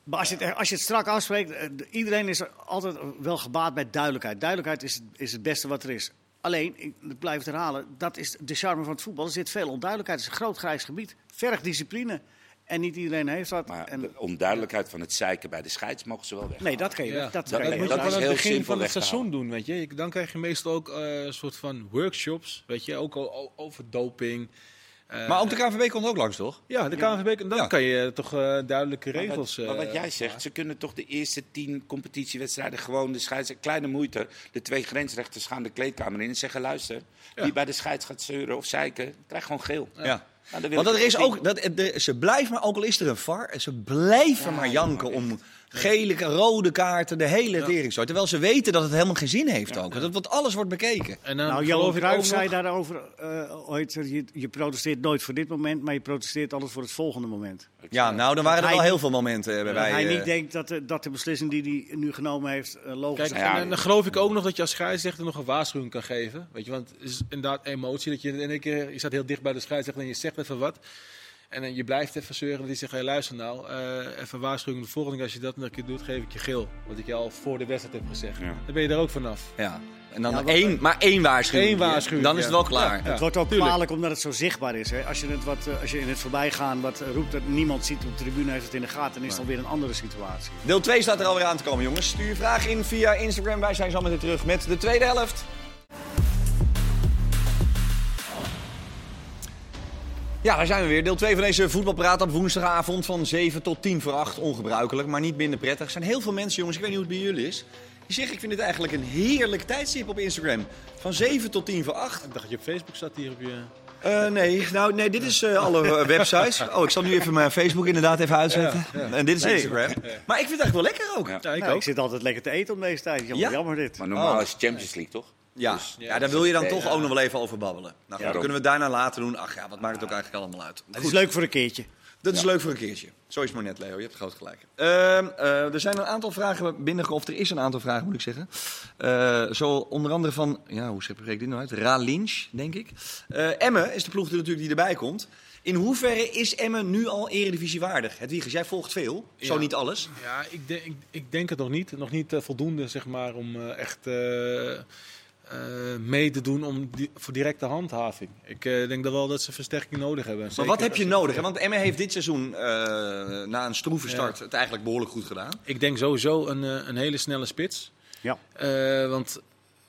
S2: Maar als je, het, als je het strak afspreekt, eh, de- iedereen is er altijd wel gebaat bij duidelijkheid. Duidelijkheid is, het- is het beste wat er is. Alleen, ik ik blijf het herhalen, dat is de charme van het voetbal. Er zit veel onduidelijkheid. Het is een groot grijs gebied. Verg discipline. En niet iedereen heeft dat.
S4: Maar
S2: en,
S4: de onduidelijkheid van het zeiken bij de scheids mogen ze wel weg.
S2: nee, dat geef ik.
S3: Ja,
S2: Dat,
S4: dat-
S2: kan je
S4: dat
S3: moet
S2: niet
S3: je
S4: is
S2: zeggen.
S3: aan het
S4: heel
S3: begin
S4: simpel
S3: van het
S4: weggehaald.
S3: seizoen doen, weet je. Ik- Dan krijg je meestal ook eh, een soort van workshops, weet je. Ook o- o- over doping. Eh,
S1: Maar ook de KNVB komt ook langs, toch?
S3: Ja, de KNVB. Dan
S1: Ja.
S3: kan je toch eh, duidelijke
S4: Maar wat-
S3: regels...
S4: Maar wat,
S3: eh,
S4: jij zegt, ze kunnen toch de eerste tien competitiewedstrijden gewoon de scheids... Kleine moeite, de twee grensrechters gaan de kleedkamer in en zeggen... luister,
S3: Ja.
S4: wie bij de scheids gaat zeuren of zeiken, krijgt gewoon geel.
S1: Ja.
S4: Nou, dan wil
S1: Want
S4: ik
S1: dat er
S4: echt
S1: is
S4: zien.
S1: ook, dat, er- ze blijven maar, ook al is er een var, ze blijven maar janken om gele, rode kaarten, de hele teringzooi. Terwijl ze weten dat het helemaal geen zin heeft ook. Dat, want alles wordt bekeken.
S3: En dan
S2: Nou,
S3: geloof
S2: Johan
S3: ik ook
S2: Cruijff zei
S3: nog-
S2: daarover eh, ooit, je, je protesteert nooit voor dit moment, maar je protesteert altijd voor het volgende moment.
S1: Ja, nou, dan waren er
S2: Hij-
S1: wel heel veel momenten eh, bij
S2: dat
S1: wij.
S2: hij niet
S1: eh,
S2: denkt dat de, dat de beslissing die hij nu genomen heeft eh, logisch
S3: Kijk,
S2: is.
S4: Nou ja,
S3: en, en dan geloof ik ook nog dat je als scheidsrechter nog een waarschuwing kan geven. Weet je, want het is inderdaad emotie. Dat je in één keer, je staat heel dicht bij de scheidsrechter en je zegt even wat. En dan je blijft even zeuren. En die zegt, hey, luister nou, eh, even waarschuwing. De volgende keer als je dat nog een keer doet, geef ik je geel. Wat ik je al voor de wedstrijd heb gezegd.
S4: Ja.
S3: Dan ben je er ook vanaf.
S1: Ja. En dan
S2: Ja, wat-
S1: één, maar één waarschuwing.
S3: Eén waarschuwing,
S1: Dan is het wel
S3: ja.
S1: klaar.
S3: Ja.
S2: Het wordt ook
S3: tuurlijk.
S2: kwalijk omdat het zo zichtbaar is. Hè? Als, je het wat, eh, als je in het voorbijgaan wat eh, roept dat niemand ziet op de tribune, heeft het in de gaten, dan is het alweer een andere situatie.
S1: Deel 2 staat er alweer aan te komen, jongens. Stuur je vraag in via Instagram. Wij zijn zo meteen terug met de tweede helft. Ja, daar zijn we weer. Deel 2 van deze voetbalpraat op woensdagavond van 7 tot 10 voor 8. Ongebruikelijk, maar niet minder prettig. Er zijn heel veel mensen, jongens, ik weet niet hoe het bij jullie is. Die zeggen, ik vind het eigenlijk een heerlijk tijdstip op Instagram. Van 7 tot 10 voor 8.
S3: Ik dacht dat je op Facebook zat hier op je...
S1: Eh, nee, nou, nee, dit is eh, alle eh, websites. Oh, ik zal nu even mijn Facebook inderdaad even uitzetten. En dit is Instagram. Maar ik vind het eigenlijk wel lekker ook.
S4: Ja.
S1: Ja,
S3: Ja, ik
S2: Nou,
S3: ook.
S2: ik zit altijd lekker te eten om deze tijd. Jammer,
S1: Ja?
S2: jammer dit.
S4: Maar normaal
S1: Oh.
S4: is Champions League, toch?
S1: ja.
S4: Dus-
S1: daar wil je dan
S4: Nee,
S1: toch
S4: ja.
S1: ook nog wel even over babbelen. Nou, goed, dat
S4: daarom.
S1: kunnen we daarna later doen. Ach ja, wat maakt het ook eigenlijk allemaal uit.
S2: het
S1: Goed,
S2: is leuk voor een keertje.
S1: Dat is leuk voor een keertje. Zo is het maar net, Leo. Je hebt groot gelijk. Ehm, eh, er zijn een aantal vragen binnengekomen. Of er is een aantal vragen, moet ik zeggen. Eh, zo onder andere van, ja, hoe spreek ik dit nou uit? Ra Lynch, denk ik. Eh Emmen is de ploeg die natuurlijk die erbij komt. In hoeverre is Emmen nu al eredivisiewaardig? Hedwiges, dus jij volgt veel, zo
S3: Ja.
S1: niet alles.
S3: Ja, ik, denk ik, ik denk het nog niet. Nog niet eh, voldoende, zeg maar, om eh, echt eh, eh, mee te doen om di- voor directe handhaving. Ik eh, denk dat wel dat ze versterking nodig hebben.
S1: Maar
S3: Zeker
S1: wat heb
S3: als
S1: je nodig? hè? Want Emmen heeft dit seizoen, eh, na een stroeve start, het eigenlijk behoorlijk goed gedaan.
S3: Ik denk sowieso een, eh, een hele snelle spits.
S2: Ja.
S3: Eh, want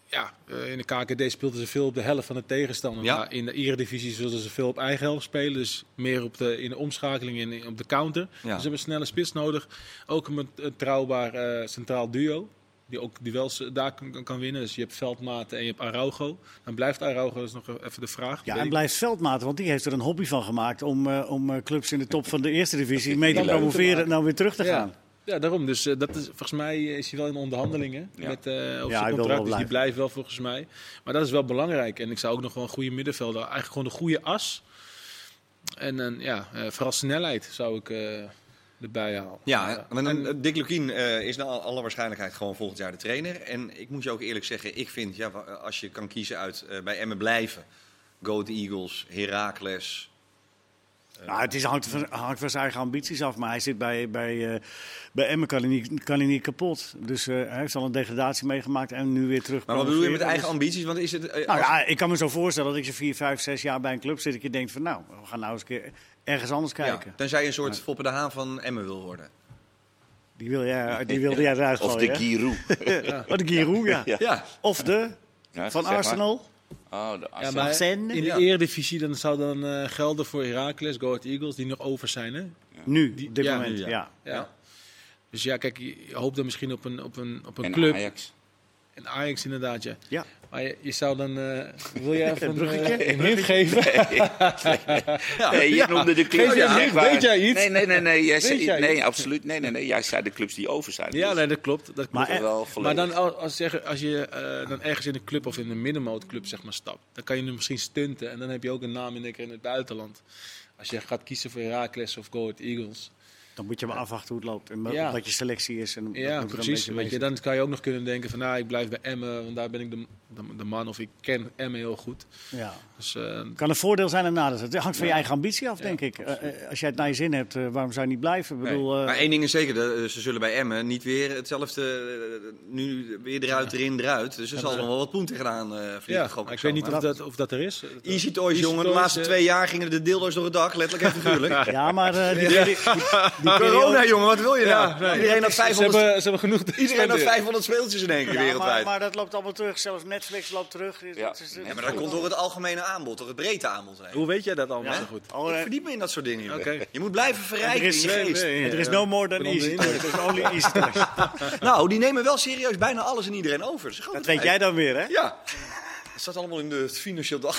S3: ja, eh, in de KKD speelden ze veel op de helft van de tegenstander.
S1: Ja.
S3: Maar in de Eredivisie zullen ze veel op eigen helft spelen. Dus meer op de, in de omschakeling en in- op de counter. Dus ze hebben een snelle spits nodig. Ook een, een trouwbaar eh, centraal duo. Die ook duels eh, daar kan, kan winnen. Dus je hebt Veldmaat en je hebt Araujo. Dan blijft Araujo, dat is nog even de vraag.
S2: Ja,
S3: Weet
S2: en
S3: ik
S2: blijft veldmaten, want die heeft er een hobby van gemaakt om, eh, om eh, clubs in de top van de eerste divisie
S4: vind
S2: mee
S4: ik
S2: te
S4: niet leuk.
S2: promoveren en nou weer terug te gaan.
S3: Ja, ja daarom. Dus eh, dat is, volgens mij is hij wel in onderhandelingen
S4: Ja.
S3: met eh over
S2: hij wil
S3: zijn
S2: wel
S3: contract. Dus die
S2: blijven.
S3: blijft wel volgens mij. Maar dat is wel belangrijk. En ik zou ook nog wel een goede middenvelder, eigenlijk gewoon een goede as. En een, ja, eh, vooral snelheid zou ik eh, erbij halen.
S1: Ja, want een- Dick Lukien eh, is naar alle waarschijnlijkheid gewoon volgend jaar de trainer. En ik moet je ook eerlijk zeggen, ik vind, ja, wa- als je eh, kan kiezen uit eh, bij Emmen blijven, Go The Eagles, Heracles,
S2: Nou, het is, hangt, van, hangt van zijn eigen ambities af, maar hij zit bij, bij, eh, bij Emmen, kan hij niet, kan hij niet kapot. Dus eh, hij heeft al een degradatie meegemaakt en nu weer terug.
S1: Maar wat bedoel je met
S2: promoveren. Dus-
S1: eigen ambities? Want is het, eh,
S2: Nou
S1: als-
S2: ja, ik kan me zo voorstellen dat ik zo 4, 5, 6 jaar bij een club zit. Dat je denkt van nou, we gaan nou eens een keer ergens anders
S1: ja,
S2: kijken.
S1: tenzij je een soort Foppe de Haan van Emmen wil worden.
S2: Die, wil jij, die wilde jij eruit
S4: Of
S2: gooien,
S4: de
S2: hè?
S4: Giroud.
S2: Oh, de Giroud, ja.
S4: Ja.
S1: Ja,
S2: Of de van
S4: Ja, zeg maar.
S2: Arsenal.
S4: Oh, de
S3: Ja,
S4: Arsenal.
S3: maar in
S2: Arsene?
S3: de
S1: Ja.
S3: eredivisie dan zou dan eh, gelden voor Heracles, Go Ahead Eagles, die nog over zijn. Hè?
S2: Nu, op dit
S3: ja,
S2: moment.
S3: nu, ja.
S2: ja.
S3: Ja. Dus ja, kijk, je hoopt dan misschien op een, op een, op een
S4: en
S3: club.
S4: Ajax.
S3: En Ajax inderdaad, ja.
S2: Ja.
S3: Maar je, je zou dan... eh, wil jij even een,
S2: bruggetje?
S3: eh, een hint geven?
S1: ja.
S4: Nee, je
S3: Ja.
S4: noemde de clubs.
S3: Weet jij-
S4: zeg maar.
S3: weet jij iets?
S4: Nee, nee, nee. nee, jij zei,
S3: jij
S4: nee
S3: iets?
S4: absoluut. Nee, nee, nee. Jij zei de clubs die over zijn.
S3: ja,
S4: Dus
S3: nee, dat klopt. Dat klopt.
S4: dat
S2: Maar,
S4: is wel
S3: Maar
S4: volledig.
S3: dan als, als, zeg- als je eh, dan ergens in een club of in een middenmootclub zeg maar, stapt, dan kan je hem misschien stunten. En dan heb je ook een naam in, één keer in het buitenland. Als je gaat kiezen voor Heracles of Go Ahead Eagles.
S2: Dan moet je maar afwachten hoe het loopt en
S3: Ja.
S2: wat je selectie is. En dat moet er
S3: Ja,
S2: een
S3: precies.
S2: beetje
S3: Weet je,
S2: wezen.
S3: dan kan je ook nog kunnen denken van, nou, ik blijf bij Emmen, want daar ben ik de, de, de man of ik ken Emmen heel goed.
S2: Ja.
S3: Dus, eh,
S2: Kan een voordeel zijn en een nadeel. zijn. Het hangt van je eigen ambitie af, denk ik. Eh, eh, als jij het naar je zin hebt, eh, waarom zou je niet blijven? Ik bedoel,
S1: Nee.
S2: eh,
S1: Maar één ding is zeker, de- eh, ze zullen bij Emmen niet weer hetzelfde, eh, nu weer eruit, erin, eruit. Dus er zal nog wel wat poen tegenaan eh vliegen.
S3: ja,
S1: gok
S3: maar ik
S1: zo,
S3: weet niet
S1: maar-
S3: of dat, of dat er is.
S1: Easy Toys,
S3: Easy
S1: jongen.
S3: Toys,
S1: de laatste
S3: eh,
S1: twee jaar gingen de dildo's door het dak, letterlijk en figuurlijk.
S2: ja, maar eh, die, die- die
S1: Corona,
S2: periode-
S1: jongen, wat wil je nou?
S3: nee.
S1: Iedereen had
S3: Ze
S1: 500,
S3: hebben, ze hebben genoeg.
S1: iedereen had 500 speeltjes in één keer
S2: Ja, maar,
S1: wereldwijd.
S2: maar dat loopt allemaal terug. Zelfs Netflix loopt terug.
S4: Ja.
S2: Dat is-
S4: Nee,
S1: Ja, maar dat komt door het algemene aanbod, door het breedte aanbod. heen.
S3: Hoe weet jij dat allemaal
S1: Ja?
S3: zo goed?
S2: Oh,
S1: Ik
S2: eh,
S1: verdiep me in dat soort dingen. jongen.
S3: Oké.
S1: Je moet blijven
S2: er
S1: verrijken in
S2: is, eh,
S1: je
S2: er
S1: geest.
S2: is- er is no more than
S3: Ik ben onder
S2: easy.
S3: de
S2: Er is only easy. toys.
S1: Nou, die nemen wel serieus bijna alles en iedereen over. Dat, is een groot
S2: Dat weet jij
S1: bedrijf.
S2: dan weer, hè?
S1: Ja. Dat staat allemaal in de financieel dag.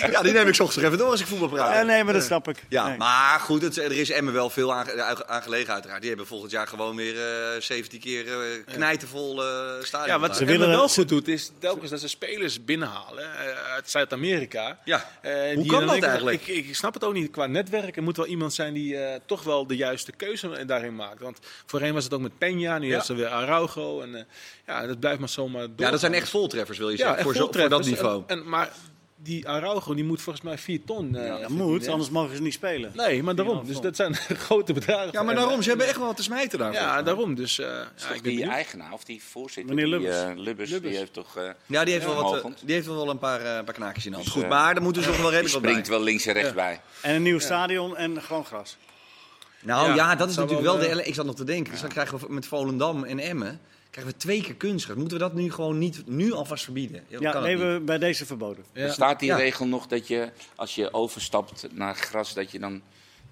S1: ja, die neem ik 's ochtends even door als ik voetbal praat.
S2: Ja, nee, maar dat snap ik.
S1: Ja,
S2: Nee.
S1: maar goed, het, er is Emmen wel veel aange- aange- aangelegen uiteraard. Die hebben volgend jaar gewoon weer eh 17 keer eh, knijtenvol eh stadion.
S3: Ja, wat ze
S2: willen
S3: willen wel
S2: dat-
S3: goed doet, is telkens dat ze spelers binnenhalen eh, uit Zuid-Amerika.
S1: Ja.
S3: Eh,
S1: Hoe
S3: die
S1: kan
S3: dan
S1: dat
S3: ik-
S1: eigenlijk?
S3: Ik, ik snap het ook niet. Qua netwerk, er moet wel iemand zijn die eh, toch wel de juiste keuze daarin maakt. Want voorheen was het ook met Peña, nu heeft ze weer Araujo. En eh, ja, dat blijft maar zomaar door.
S1: Ja, dat zijn echt voltreffers, wil je zeggen,
S3: echt
S1: voor, zo- voor dat
S3: voltreffers.
S1: niveau.
S3: En, en- maar die Araujo, die moet volgens mij 4 ton. eh,
S2: Dat
S3: verdienen.
S2: moet, anders mogen ze niet spelen.
S3: Nee, maar daarom. Dus dat zijn grote bedragen.
S1: Ja, maar
S3: En,
S1: daarom, ze hebben echt wel wat te smijten daar.
S3: eh, Ja, daarom. Dus eh, ja, ik ben
S4: die
S3: benieuwd.
S4: eigenaar of die voorzitter,
S2: Meneer
S4: die,
S2: Lubbers.
S4: eh, Lubbers,
S3: Lubbers.
S4: die heeft toch... eh,
S1: Ja, die heeft,
S4: Ja.
S1: wel, wat, eh,
S4: Mogend.
S1: die heeft wel een paar, eh, paar knaakjes in de hand.
S4: Dus,
S1: Goed,
S4: eh,
S1: maar daar moeten ze nog wel
S4: die
S1: redelijk wat bij.
S4: springt wel links en rechts bij.
S2: En een nieuw stadion en gewoon gras.
S1: Nou ja,
S3: Ja,
S1: dat is
S3: zou
S1: natuurlijk wel,
S3: wel,
S1: de...
S3: eh,
S1: ele- Ik zat nog te denken, dus dan krijgen we met Volendam en Emmen... krijgen we twee keer kunstgras. Moeten we dat nu gewoon niet nu alvast verbieden? Ja,
S2: Ja,
S1: kan
S2: nee,
S1: het niet.
S2: we bij deze verboden.
S3: Ja.
S4: Staat die
S1: Ja.
S4: regel nog dat je, als je overstapt naar gras, dat je dan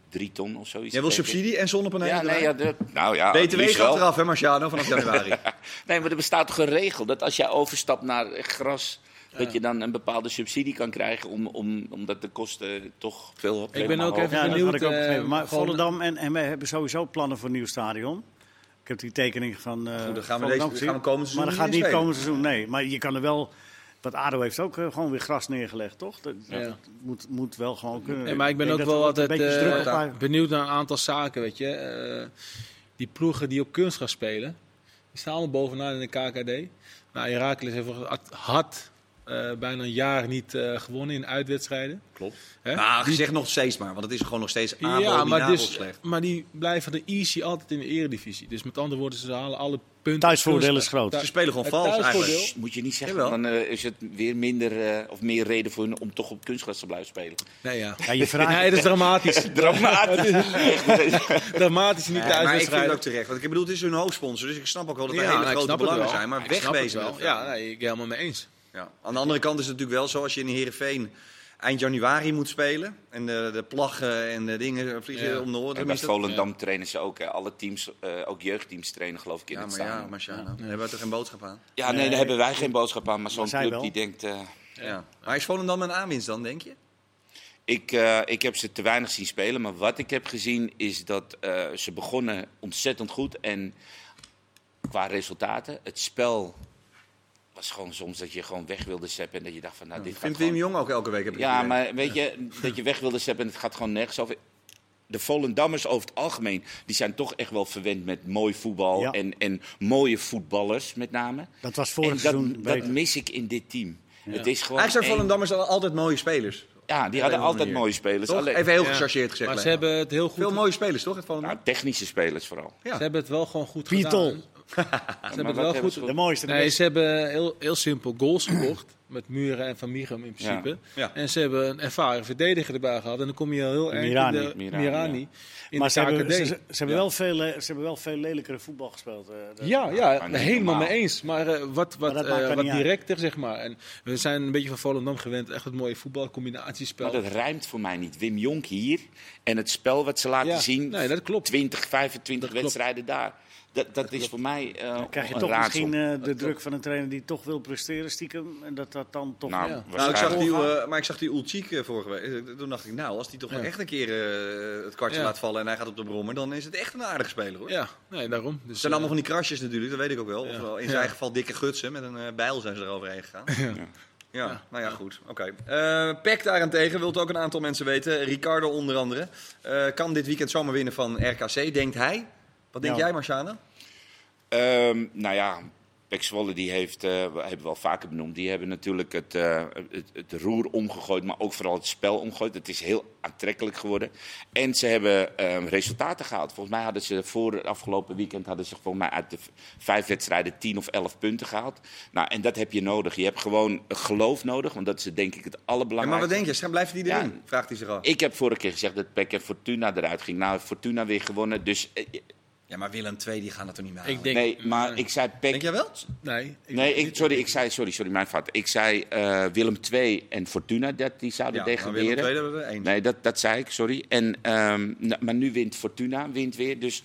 S4: drie ton of zoiets...
S1: Jij wil
S4: tekent?
S1: subsidie en zonnepanelen
S4: Ja, nee,
S1: erbij?
S4: ja, dat- nou ja, het
S1: BTW
S4: liefst wel.
S1: gaat eraf, hè, Marciano, vanaf januari.
S4: Nee, maar er bestaat toch een regel dat als jij overstapt naar eh, gras, dat je dan een bepaalde subsidie kan krijgen, om, om, omdat de kosten toch veel
S3: ben ook even
S4: hoger zijn.
S2: Ja, dat
S3: benieuwd,
S2: had ik ook
S3: eh,
S2: begrepen. Maar
S3: gewoon-
S2: Volendam en Emmen hebben sowieso plannen voor een nieuw stadion. Ik heb die tekening van eh
S1: Goed, dan gaan we
S2: Volendam
S1: deze- dan
S2: gezien.
S1: gaan we komend seizoen
S2: Maar
S1: niet
S2: dat gaat niet
S1: inspelen.
S2: komend seizoen, nee. Maar je kan er wel... Want ADO heeft ook eh, gewoon weer gras neergelegd, toch? Dat,
S3: Ja.
S2: dat moet, moet wel gewoon kunnen.
S3: Nee, maar ik ben
S2: denk
S3: ook
S2: dat er
S3: wel altijd
S2: Een beetje
S3: eh,
S2: druk op haar-
S3: benieuwd naar een aantal zaken, weet je. Eh, die ploegen die op kunstgras spelen, die staan allemaal bovenaan in de KKD. Nou, Heracles heeft, volgens- had, had, eh, bijna een jaar niet eh, gewonnen in uitwedstrijden.
S1: Klopt.
S3: Hè?
S1: Maar je zegt Nou, nog steeds maar, want het is gewoon nog steeds
S3: ja,
S1: abominabel
S3: maar, dus,
S1: slecht.
S3: maar die blijven de easy altijd in de eredivisie. Dus met andere woorden, ze halen alle punten.
S2: Thuisvoordeel is
S3: kunstgras.
S2: groot.
S1: Ze spelen gewoon
S3: Het
S1: vals
S3: thuisvoordeel-
S1: eigenlijk.
S4: Sst, Moet je niet zeggen,
S1: Jawel.
S4: dan eh, is het weer minder eh, of meer reden voor hun om toch op kunstgras te blijven spelen.
S3: Nee, ja.
S2: Ja, je vraagt...
S3: nee, dat is dramatisch.
S4: Dramatisch.
S3: dramatisch in die
S1: Nee, maar ik vind het ook
S3: thuiswedstrijden.
S1: terecht. Want ik bedoel, het is hun hoofdsponsor, dus ik snap ook wel dat er
S3: Ja,
S1: hele
S3: nou, ik
S1: grote
S3: snap het
S1: belangen
S3: wel.
S1: zijn. Maar
S3: Ik snap het
S1: wegwezen.
S3: wel.
S1: met elkaar.
S3: Ja, nee, ik ben helemaal mee eens.
S1: Ja. Aan de andere kant is het natuurlijk wel zo, als je in Heerenveen eind januari moet spelen... en de, de plaggen en de dingen vliegen
S3: Ja.
S1: om de oren.
S4: En bij
S1: is dat-
S4: Volendam trainen ze ook. hè. Alle teams, eh, ook jeugdteams trainen geloof ik in
S1: Ja,
S4: het
S1: maar ja,
S4: stadion.
S1: Marciano, daar hebben we toch geen boodschap aan?
S4: Ja, nee, daar hebben wij geen boodschap aan. Maar zo'n
S2: zij
S4: club
S2: wel.
S4: die denkt... eh,
S1: Ja. Maar is Volendam een aanwinst dan, denk je?
S4: Ik, eh, ik heb ze te weinig zien spelen, maar wat ik heb gezien is dat eh, ze begonnen ontzettend goed. En qua resultaten, het spel was gewoon soms dat je gewoon weg wilde zeppen en dat je dacht van nou dit gaat
S1: Vindt Wim
S4: gewoon...
S1: Jong ook elke week? heb ik het
S4: Ja,
S1: idee.
S4: maar weet je, dat je weg wilde zeppen en het gaat gewoon nergens over. De Volendammers over het algemeen, die zijn toch echt wel verwend met mooi voetbal
S2: Ja.
S4: en, en mooie voetballers met name.
S2: Dat was vorig
S4: En dat,
S2: seizoen
S4: dat
S2: beter.
S4: mis ik in dit team. Het is gewoon
S1: Eigenlijk zijn
S4: één-
S1: Volendammers al- altijd mooie spelers.
S4: Ja, die
S1: Op een
S4: hadden altijd
S1: manier.
S4: mooie spelers.
S1: Toch?
S4: Alleen,
S1: Even heel
S3: Ja.
S1: gechargeerd gezegd.
S3: Maar ze
S1: Leo.
S3: hebben het heel goed.
S1: Veel mooie spelers, toch? Het Volendam?
S4: nou, technische spelers vooral.
S1: ja.
S3: Ze hebben het wel gewoon goed
S2: Pietel.
S3: gedaan. Ze hebben
S4: wat
S3: het wel
S4: hebben ze
S3: goed.
S2: De mooiste. De
S3: Nee,
S2: beste.
S3: ze hebben heel, heel simpel goals gekocht. Met Muren en Van Michem in principe.
S1: Ja.
S3: En ze hebben een ervaren verdediger erbij gehad. En dan kom je al heel erg
S2: Mirani.
S3: in de
S4: Mirani,
S3: Mirani.
S4: ja.
S3: in
S2: maar
S3: de
S2: ze hebben,
S3: KKD.
S2: ze, ze- ze hebben
S3: Ja.
S2: wel veel, eh, ze hebben wel veel lelijkere voetbal gespeeld. eh, dat-
S3: Ja,
S4: maar
S3: ja
S4: niet
S3: helemaal
S4: normaal.
S3: mee eens. Maar eh, wat, wat,
S2: dat
S3: eh,
S2: maakt dan
S3: wat
S2: niet uit.
S3: directer, zeg maar. En we zijn een beetje van Volendam gewend. Echt het mooie voetbal, combinatiespel.
S4: Maar dat rijmt voor mij niet. Wim Jonk hier en het spel wat ze laten
S3: Ja,
S4: zien.
S3: nee, dat klopt.
S4: 20, 25
S3: klopt.
S4: wedstrijden daar. Dat, dat, is voor mij eh
S2: Dan krijg je
S4: een
S2: toch
S4: raadsel.
S2: misschien eh, de druk van een trainer die toch wil presteren stiekem. En dat dat dan toch...
S3: ja.
S4: nou,
S1: Nou, ik
S4: waarschijnlijk.
S1: zag die,
S2: Doorgaan.
S1: eh, maar ik zag die Ulchik eh, vorige week. Eh, Toen dacht ik, nou, als die toch
S3: Ja.
S1: echt een keer eh, het kwartje
S3: Ja.
S1: laat vallen en hij gaat op de brommer, dan is het echt een aardige speler hoor.
S3: Ja, nee, daarom. Dus,
S1: Het zijn
S3: eh,
S1: allemaal van die krasjes natuurlijk, dat weet ik ook wel.
S3: Ja.
S1: Of wel in
S3: Ja.
S1: zijn geval dikke gutsen, met een eh, bijl zijn ze er overheen gegaan. Ja.
S3: Ja.
S1: nou ja, goed. Oké. Eh, Peck daarentegen wil het ook een aantal mensen weten. Ricardo onder andere. Eh, kan dit weekend zomaar winnen van RKC, denkt hij. Wat denk
S2: Ja.
S1: jij, Marciana?
S4: Ehm, nou ja, Pek Zwolle die heeft, eh, we hebben we al vaker benoemd, die hebben natuurlijk het, eh, het, het roer omgegooid, maar ook vooral het spel omgegooid. Het is heel aantrekkelijk geworden. En ze hebben ehm, resultaten gehaald. Volgens mij hadden ze voor het afgelopen weekend hadden ze volgens mij uit de v- vijf wedstrijden 10 of 11 punten gehaald. Nou, en dat heb je nodig. Je hebt gewoon geloof nodig, want dat is denk ik het
S1: Ja, maar wat
S4: allerbelangrijkste.
S1: denk je? Zijn- Blijft hij erin?
S4: Ja.
S1: Vraagt hij zich al.
S4: ik heb vorige keer gezegd dat Pek en Fortuna eruit ging. Nou, heeft Fortuna weer gewonnen. Dus eh,
S1: Ja, maar Willem II die gaan het er niet meer halen.
S3: Ik denk,
S4: nee, maar ik zei
S1: Denk
S4: Pek
S1: jij wel?
S3: Nee, ik-
S4: Nee, ik, sorry, ik zei, sorry, sorry, mijn fout. Ik zei eh, Willem II en Fortuna dat die zouden
S1: Ja, maar Willem II,
S4: degraderen.
S1: dat we er één.
S4: Nee, dat, dat zei ik, sorry. En, ehm, nou, maar nu wint Fortuna, wint weer, dus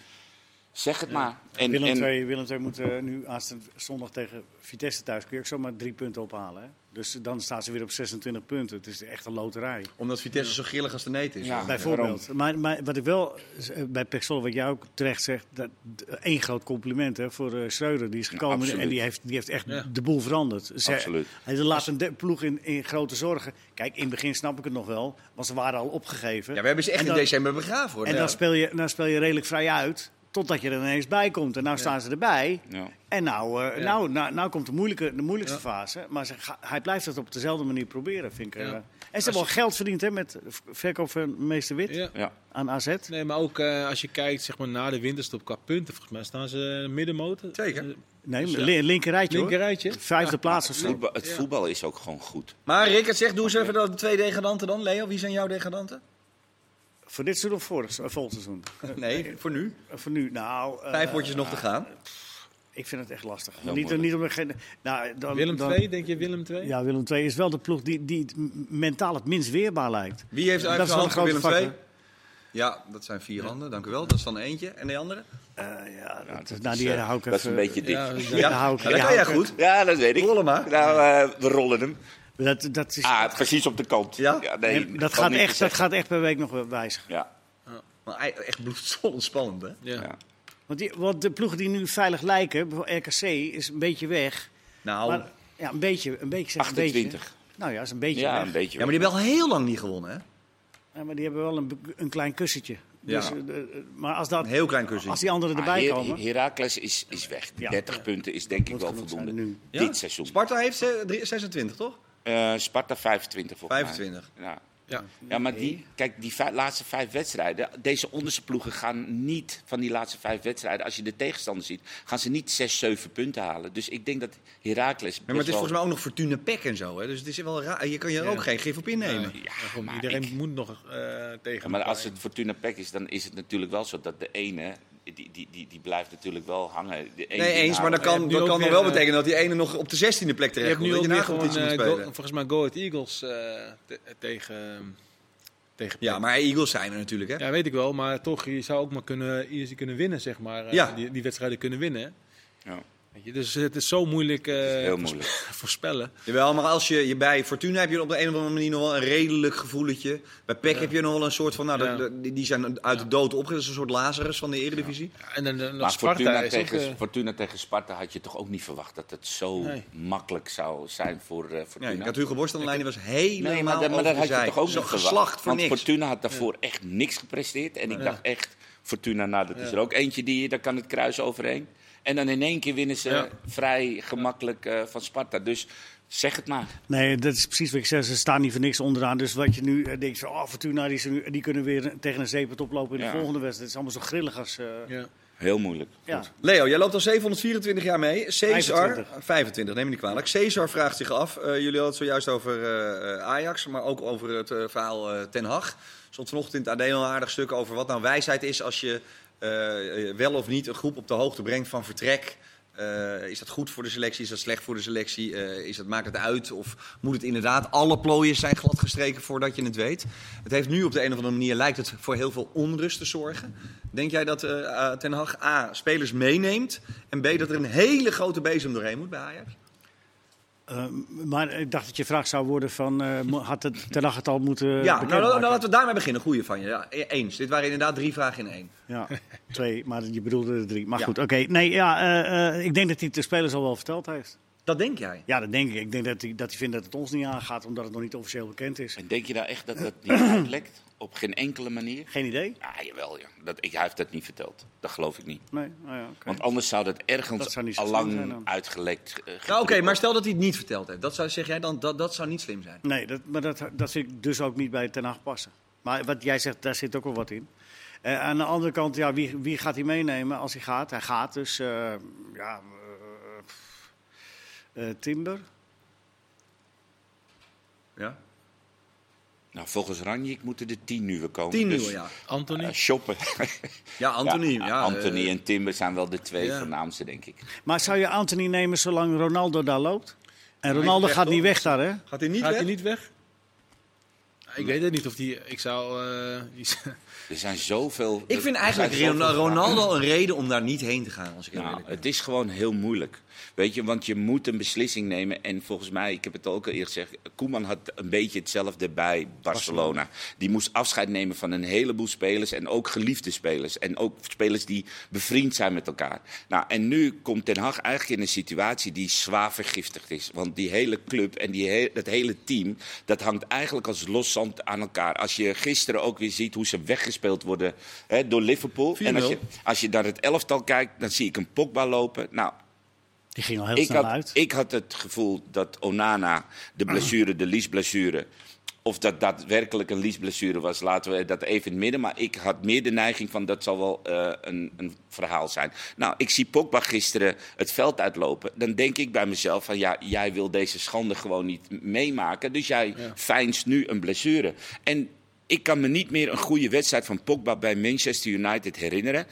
S4: zeg het maar. En,
S2: Willem,
S4: en-
S2: II, Willem II moet eh, nu aanstaand zondag tegen Vitesse thuis. Kun je ook zomaar drie punten ophalen. Hè? Dus dan staan ze weer op 26 punten. Het is echt een loterij.
S1: Omdat Vitesse zo grillig als de neet is.
S4: Ja.
S2: Bijvoorbeeld. Maar, maar wat ik wel eh, bij Pexol, wat jij ook terecht zegt, dat, d- één groot compliment hè, voor eh Schreuder. Die is gekomen
S4: absoluut.
S2: en die heeft, die heeft echt
S3: Ja.
S2: de boel veranderd. Ze,
S4: Absoluut.
S2: Hij laat een de- ploeg in, in grote zorgen. Kijk, in het begin snap ik het nog wel, want ze waren al opgegeven.
S1: Ja, we hebben ze echt
S2: En
S1: in
S2: dan-
S1: december begraven hoor.
S2: En
S1: Ja.
S2: dan speel, je, dan speel je redelijk vrij uit, totdat je er ineens bij komt. En nou staan ze erbij.
S4: Ja.
S2: En nou, eh,
S3: Ja.
S2: nou, nou, nou komt de, moeilijke, de moeilijkste
S3: Ja.
S2: fase. Maar ze ga- hij blijft het op dezelfde manier proberen, vind ik. eh.
S3: Ja.
S2: En ze hebben al geld verdiend hè, met v- verkoop van meester Wit
S3: ja.
S4: ja.
S2: aan AZ.
S3: Nee, maar ook eh, als je kijkt zeg maar, na de winterstop qua punten, volgens mij staan ze middenmotor.
S1: Zeker.
S3: Eh,
S2: Nee,
S3: Dus ja.
S2: li- linker rijtje hoor.
S3: Linker rijtje.
S2: Vijfde plaats of
S4: Het
S2: zo.
S4: voetbal, het voetbal is ook gewoon goed.
S1: Maar Rickert zegt, doe eens even de twee degradanten dan. Leo, wie zijn jouw degradanten?
S2: Voor dit seizoen of vorig se- eh, volgend seizoen?
S1: Nee, voor nu.
S2: Eh, Voor nu, nou... eh,
S1: Vijf potjes nog te gaan.
S2: Ik vind het echt lastig.
S4: Heel
S2: niet,
S4: moeilijk.
S2: niet om er geen... Nou, dan,
S3: Willem
S2: dan-
S3: 2, denk je Willem 2?
S2: Ja, Willem II is wel de ploeg die, die het m- mentaal het minst weerbaar lijkt.
S1: Wie heeft
S2: Dat is
S1: eigenlijk de
S2: wel
S1: hand
S2: een
S1: voor Willem
S2: grote
S1: II?
S2: factor.
S1: Ja, dat zijn vier handen, dank u wel. Dat is dan eentje. En de andere?
S2: Eh, ja, dat,
S4: dat
S2: nou,
S4: is,
S2: die
S4: eh,
S2: hou ik
S4: dat is een
S2: even-
S4: beetje dik.
S3: Ja,
S4: Ja,
S3: we zijn-
S2: Ja, daar hou ik-
S1: Ja,
S2: daar
S1: dat kan
S2: hou
S1: jij
S2: ik het.
S1: goed.
S4: dat weet ik.
S1: Rol hem maar.
S4: Nou, eh, we rollen hem.
S2: Dat, dat, is,
S4: Ah, precies op de kant.
S1: Ja?
S4: nee,
S2: nee, dat,
S4: kan
S2: gaat
S4: niet
S2: echt, dat
S4: zeggen.
S2: gaat echt per week nog wel wijzigen.
S4: Ja,
S1: Maar hij- echt bloedstollend spannend, hè?
S3: Ja.
S4: ja.
S2: Want, die, want de ploegen die nu veilig lijken, bijvoorbeeld RKC, is een beetje weg.
S1: Nou,
S2: Maar, ja, een beetje. Een beetje zeg, Een
S4: 28.
S2: beetje. Nou ja, is een beetje
S4: Ja,
S2: weg.
S4: een beetje.
S1: ja, maar die hebben al heel lang niet gewonnen, hè?
S2: Ja, maar die hebben wel een, be- een klein kussentje. Dus,
S1: Ja.
S2: eh, eh, maar als, dat,
S1: Een heel klein kussentje.
S2: als die anderen
S4: Maar
S2: erbij
S4: Ah, Her-
S2: komen...
S4: Herakles is, is weg.
S2: Ja.
S4: 30 punten is denk ik
S2: Moet
S4: wel
S2: genoeg zijn
S4: voldoende.
S2: nu.
S1: Ja?
S4: Dit seizoen.
S1: Sparta heeft eh, drie- 26, toch?
S4: Eh, Sparta 25 volgens mij.
S1: 25.
S4: Ja.
S3: Ja.
S4: Ja, maar die, kijk, die vij- laatste vijf wedstrijden, deze onderste ploegen gaan niet van die laatste vijf wedstrijden, als je de tegenstander ziet, gaan ze niet zes, zeven punten halen. Dus ik denk dat Heracles.
S1: Ja, maar het is volgens mij ook nog Fortuna Pek en zo, hè? Dus het is wel raar. Je kan je er ook geen gif op innemen.
S4: Ja,
S3: Gewoon,
S4: maar
S3: iedereen
S4: ik-
S3: moet nog eh, tegen
S4: Ja, maar
S3: elkaar.
S4: als het Fortuna Pek is, dan is het natuurlijk wel zo dat de ene, die, die, die, die blijft natuurlijk wel hangen. De ene
S1: Nee,
S4: die
S1: eens, maar dat
S4: houdt-
S1: kan,
S3: hebt nu
S1: dat
S3: ook
S1: kan nog
S3: weer,
S1: wel
S3: eh,
S1: betekenen dat die ene nog op de 16e plek
S3: Je
S1: terecht
S3: hebt
S1: komt.
S3: nu
S1: dat
S3: ook
S1: je
S3: weer
S1: na competitie
S3: gewoon, eh,
S1: moet
S3: Go-
S1: spelen.
S3: volgens mij Go Ahead Eagles eh, te- eh, tegen, tegen
S1: Ja, maar Eagles zijn er natuurlijk, hè?
S3: Ja, weet ik wel, maar toch, je zou ook maar kunnen, ISI kunnen winnen, zeg maar. eh,
S1: Ja.
S3: Die, die wedstrijden kunnen winnen.
S4: Ja,
S3: Weet je, dus het is zo moeilijk eh,
S4: heel
S3: voorspe-
S4: moeilijk.
S3: voorspellen.
S1: Jawel, maar als je, je bij Fortuna heb je op de een of andere manier nog wel een redelijk gevoeletje. Bij PEC heb je nog wel een soort van, nou, dat-
S3: Ja.
S1: dat- die- die zijn uit de dood opgezet. Dat is een soort Lazarus van de Eredivisie.
S3: Ja, En dan, dan
S4: Maar
S3: Sparta
S4: Fortuna
S3: is
S4: tegen,
S3: ook, eh,
S4: Fortuna tegen Sparta had je toch ook niet verwacht dat het zo
S3: Nee.
S4: makkelijk zou zijn voor eh,
S1: Ja,
S4: Fortuna.
S1: ik had Hugo Borst aan de lijn, die was helemaal
S4: Nee, maar, dat- maar dat had je
S1: overgezaaid.
S4: toch ook
S1: Zo
S4: niet
S1: geslacht
S4: verwacht.
S1: voor
S4: Want
S1: niks.
S4: Fortuna had daarvoor echt niks gepresteerd. En ik dacht echt, Fortuna, nou dat is er ook eentje die, daar kan het kruis overheen. En dan in één keer winnen ze
S3: Ja.
S4: vrij gemakkelijk eh, van Sparta. Dus Zeg het maar.
S2: Nee, dat is precies wat ik zeg. Ze staan niet voor niks onderaan. Dus wat je nu eh, denkt, van, oh, Fortuna, die, is er nu- die kunnen weer tegen een zeepert oplopen in
S4: Ja.
S2: de volgende wedstrijd. Het is allemaal zo grillig als... eh,
S3: Ja.
S4: Heel moeilijk.
S2: ja.
S1: Leo, jij loopt al 724 jaar mee. Cesar,
S2: 25.
S1: 25, neem me niet kwalijk. Cesar vraagt zich af, eh, jullie hadden het zojuist over eh, eh, Ajax, maar ook over het eh, verhaal eh, Ten Hag. Stond vanochtend in het AD al een aardig stuk over wat nou wijsheid is als je eh, eh, wel of niet een groep op de hoogte brengt van vertrek. Eh, is dat goed voor de selectie? Is dat slecht voor de selectie? Eh, is dat, maakt het uit? Of moet het inderdaad alle plooien zijn gladgestreken voordat je het weet? Het heeft nu op de een of andere manier lijkt het voor heel veel onrust te zorgen. Denk jij dat eh, eh, Ten Hag A. spelers meeneemt en B. dat er een hele grote bezem doorheen moet bij Ajax?
S2: Eh, maar ik dacht dat je vraag zou worden van, eh, mo- had het, ten Hag het al moeten
S1: ja, nou,
S2: bekendmaken?
S1: nou, laten we daarmee beginnen. Goeie van je. Ja, e- eens. Dit waren inderdaad drie vragen in één.
S2: Ja, twee, maar je bedoelde er drie. Maar
S1: Ja.
S2: goed, oké. Nee, ja, eh, eh, ik denk dat hij het de spelers al wel verteld heeft.
S1: Dat denk jij.
S2: Ja, dat denk ik. Ik denk dat hij, dat hij vindt dat het ons niet aangaat, omdat het nog niet officieel bekend is.
S4: En denk je nou echt dat dat niet uitlekt? Op geen enkele manier?
S2: Geen idee?
S4: Ja, jawel. Ja. Dat, ik, hij heeft dat niet verteld. Dat geloof ik niet.
S2: Nee? Nou ja, oké.
S4: Want anders zou dat
S2: Dat
S4: ergens
S2: zou niet zo
S4: al
S2: slim zijn
S4: lang
S2: dan.
S4: uitgelekt eh,
S1: Nou, Oké, maar stel dat hij het niet verteld heeft. Dat zou, zeg jij dan, dat, dat zou niet slim zijn.
S2: Nee, dat, maar dat, dat vind ik dus ook niet bij Ten Hag passen. Maar wat jij zegt, daar zit ook wel wat in. Eh, aan de andere kant, ja, wie, wie gaat hij meenemen als hij gaat? Hij gaat dus, eh, ja, eh, pff, eh, Timber.
S1: Ja?
S4: Nou, volgens Ranjik moeten er tien nieuwe komen.
S1: Tien
S4: dus,
S1: nieuwe, ja.
S3: Anthony?
S4: eh, shoppen.
S1: Ja, Anthony. Ja,
S4: Anthony
S1: eh,
S4: en Timber zijn wel de twee
S3: ja.
S4: voornaamste, denk ik.
S2: Maar zou je Anthony nemen zolang Ronaldo daar loopt? En Ronaldo
S1: weg,
S2: gaat niet
S1: toch?
S2: weg daar, hè?
S1: Gaat hij niet
S3: Gaat
S1: weg?
S3: hij niet weg? Ik weet het niet of die. Ik zou. eh, die,
S4: Er zijn zoveel...
S1: Ik
S4: er-
S1: vind
S4: er
S1: eigenlijk
S4: zijn zoveel
S1: Ron- Ronaldo een reden om daar niet heen te gaan. Als ik heel
S4: Nou,
S1: eerlijk ben.
S4: het is gewoon heel moeilijk. Weet je, want je moet een beslissing nemen. En volgens mij, ik heb het ook al eerder gezegd, Koeman had een beetje hetzelfde bij Barcelona. Die moest afscheid nemen van een heleboel spelers en ook geliefde spelers. En ook spelers die bevriend zijn met elkaar. Nou, en nu komt Ten Hag eigenlijk in een situatie die zwaar vergiftigd is. Want die hele club en die he- dat hele team, dat hangt eigenlijk als los zand aan elkaar. Als je gisteren ook weer ziet hoe ze weggespeeld worden hè, door Liverpool. En als je,
S1: 4-0.
S4: als je naar het elftal kijkt, dan zie ik een Pogba lopen. Nou,
S2: Die ging al heel
S4: ik
S2: snel
S4: had,
S2: uit.
S4: ik had het gevoel dat Onana de blessure, de liesblessure... Of dat daadwerkelijk een liesblessure was, laten we dat even in het midden. Maar ik had meer de neiging van dat zal wel eh, een, een verhaal zijn. Nou, ik zie Pogba gisteren het veld uitlopen. Dan denk ik bij mezelf van ja, jij wil deze schande gewoon niet m- meemaken. Dus jij fijnst nu een blessure. En ik kan me niet meer een goede wedstrijd van Pogba bij Manchester United herinneren.